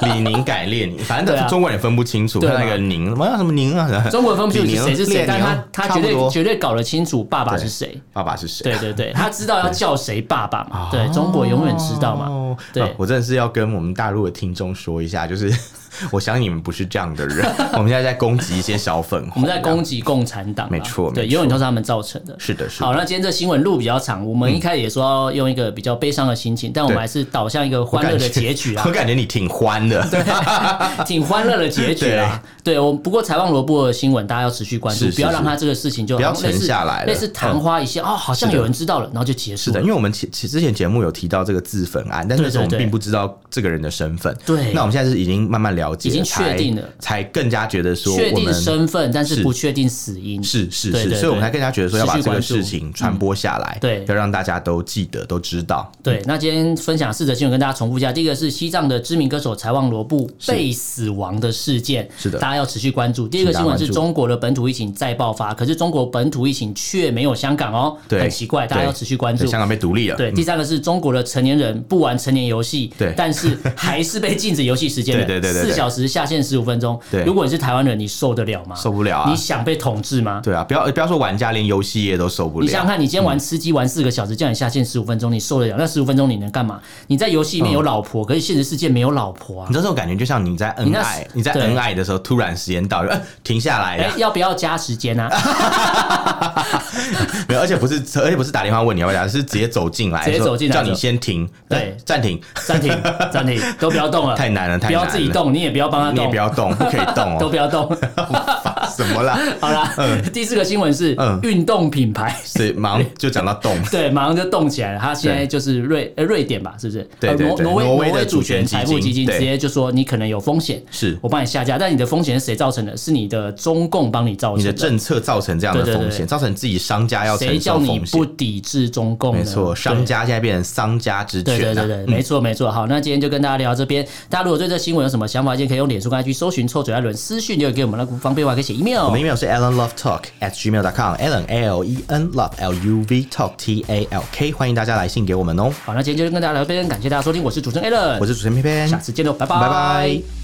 S2: 李宁改列宁，反
S1: 对啊
S2: 正中国人也分不清楚，
S1: 对啊
S2: 看那个宁什么什么宁啊，
S1: 中国人分不清楚
S2: 李
S1: 是谁
S2: 宁
S1: 是谁
S2: 列，宁
S1: 但他他
S2: 差
S1: 绝
S2: 不
S1: 对
S2: 多
S1: 绝对搞得清楚爸爸是谁。
S2: 爸爸是谁？啊
S1: 对对 对，他知道要叫谁爸爸嘛？对，中国永远知道嘛？
S2: 哦
S1: 对
S2: 啊我真的是要跟我们大陆的听众说一下，就是 我相信你们不是这样的人， 我们现在在攻击一些小粉红，
S1: 我们在攻击共产党啊，
S2: 没错
S1: 对，
S2: 没错
S1: 永远都是他们造成的。
S2: 是嗯的，是的，
S1: 好，那今天这新闻路比较长，我们一开始也说要用一个比较悲伤的心情，但我们还是导向一个欢乐的结局啊
S2: 我，感觉你挺欢的，对，
S1: 挺欢乐的结局 啊。对，我不过采访罗布的新闻，大家要持续关注，
S2: 是是
S1: 不要让
S2: 是
S1: 他这个事情就
S2: 不要
S1: 好像类
S2: 沉
S1: 似
S2: 下来了
S1: 类似昙花一现哦，好像有人知道了，然后就结束
S2: 是的，
S1: 了。
S2: 因为我们其其之前节目有提到这个自焚案，但是那时候我
S1: 对对对
S2: 们并不知道这个人的身份，
S1: 对
S2: 那我们现在是已经慢慢了解，
S1: 已经
S2: 才
S1: 确定了
S2: 才更加觉得说
S1: 确
S2: 我
S1: 定
S2: 们
S1: 身份，但是
S2: 是
S1: 不确定死因。
S2: 是是
S1: 对对
S2: 是，
S1: 对
S2: 所以我们才更加觉得说要把
S1: 持续
S2: 这个
S1: 关注嗯
S2: 事情传播下来，
S1: 对
S2: 要让大家都记得都知道，
S1: 对，那今天分享四则新闻，跟大家重复一下。第一个是西藏的知名歌手柴旺罗布被死亡的事件，
S2: 是的
S1: 大家要持续关注。第二个新闻是中国的本土疫情再爆发，可是中国本土疫情却没有香港哦，
S2: 对
S1: 很奇怪，大家要持续关注
S2: 对。香港被独立了，嗯
S1: 对，第三个是中国的成年人不玩成年游戏，
S2: 对
S1: 但是还是被禁止游戏时间的，
S2: 对对对对对
S1: 四小时下线十五分钟。
S2: 对
S1: 如果你是台湾人，你受得了吗？
S2: 受不了啊
S1: 你想被统治吗？
S2: 对啊，不要不要说玩家连游戏业都受不
S1: 你想想
S2: 了，嗯
S1: 看，你今天玩吃鸡玩四个小时，叫你下线十五分钟，你受得了？那十五分钟你能干嘛？你在游戏里面有
S2: 嗯
S1: 老婆，可是现实世界没有老婆啊
S2: 你。知道这种感觉就像你在
S1: 你
S2: 恩
S1: 那
S2: 爱，你在
S1: 对
S2: 恩爱的时候突然时间到了，呃停下来
S1: 哎
S2: 了，，
S1: 要不要加时间啊？
S2: 没有，而且不是而且不是打电话问你要不要打，是直接走进来，
S1: 哎直接
S2: 说
S1: 走进来
S2: 叫
S1: 说
S2: 你先停，
S1: 对
S2: 哎暂停，
S1: 暂 停，暂停，都不要动了，
S2: 太难了，太
S1: 啊不
S2: 难
S1: 要
S2: 了，
S1: 自己动，你也不要帮他
S2: 你也
S1: 动
S2: 不，要动，不可以动
S1: 都
S2: 哦，
S1: 不要 动。
S2: 怎么啦？
S1: 好啦，第四个新闻是
S2: 嗯
S1: 运动品 牌。
S2: 是忙就讲到动，
S1: 对，马上就动起来了。他现在
S2: 对
S1: 就是瑞呃瑞典吧，是不是？
S2: 对对
S1: 呃挪
S2: 对
S1: 挪威
S2: 挪威
S1: 威
S2: 的
S1: 主
S2: 主权基
S1: 财富
S2: 金
S1: 基金直
S2: 对
S1: 接就说你可能有风险，
S2: 是
S1: 我帮你下架，但你的风险是谁造成的？是你的中共帮你造成
S2: 你的政策造成这样的
S1: 对对对
S2: 风险，造成自己商家要承
S1: 谁叫
S2: 受
S1: 你
S2: 风
S1: 不
S2: 险，
S1: 抵制中共呢？
S2: 没错，商
S1: 对。
S2: 家现在变成商家之啊嗯
S1: 对对
S2: 权
S1: 对
S2: 了。
S1: 对，没错没错。好，那今天就跟大家聊到这边。大家如果对这新闻有什么想法，就可以用脸书跟 IG 搜寻“臭嘴艾伦”私讯留言给我们，那不方便的话可以写 email。
S2: 我们 email 是 alan love talk at gmail dot com alan a l e n love l u v talk t a l k，欢迎大家来信给我们哦。
S1: 好，那今天就跟大家聊到这边，感谢大家收听，我是主持人 a l l n
S2: 我是主持人偏偏，
S1: 下次见喽，拜
S2: 拜拜。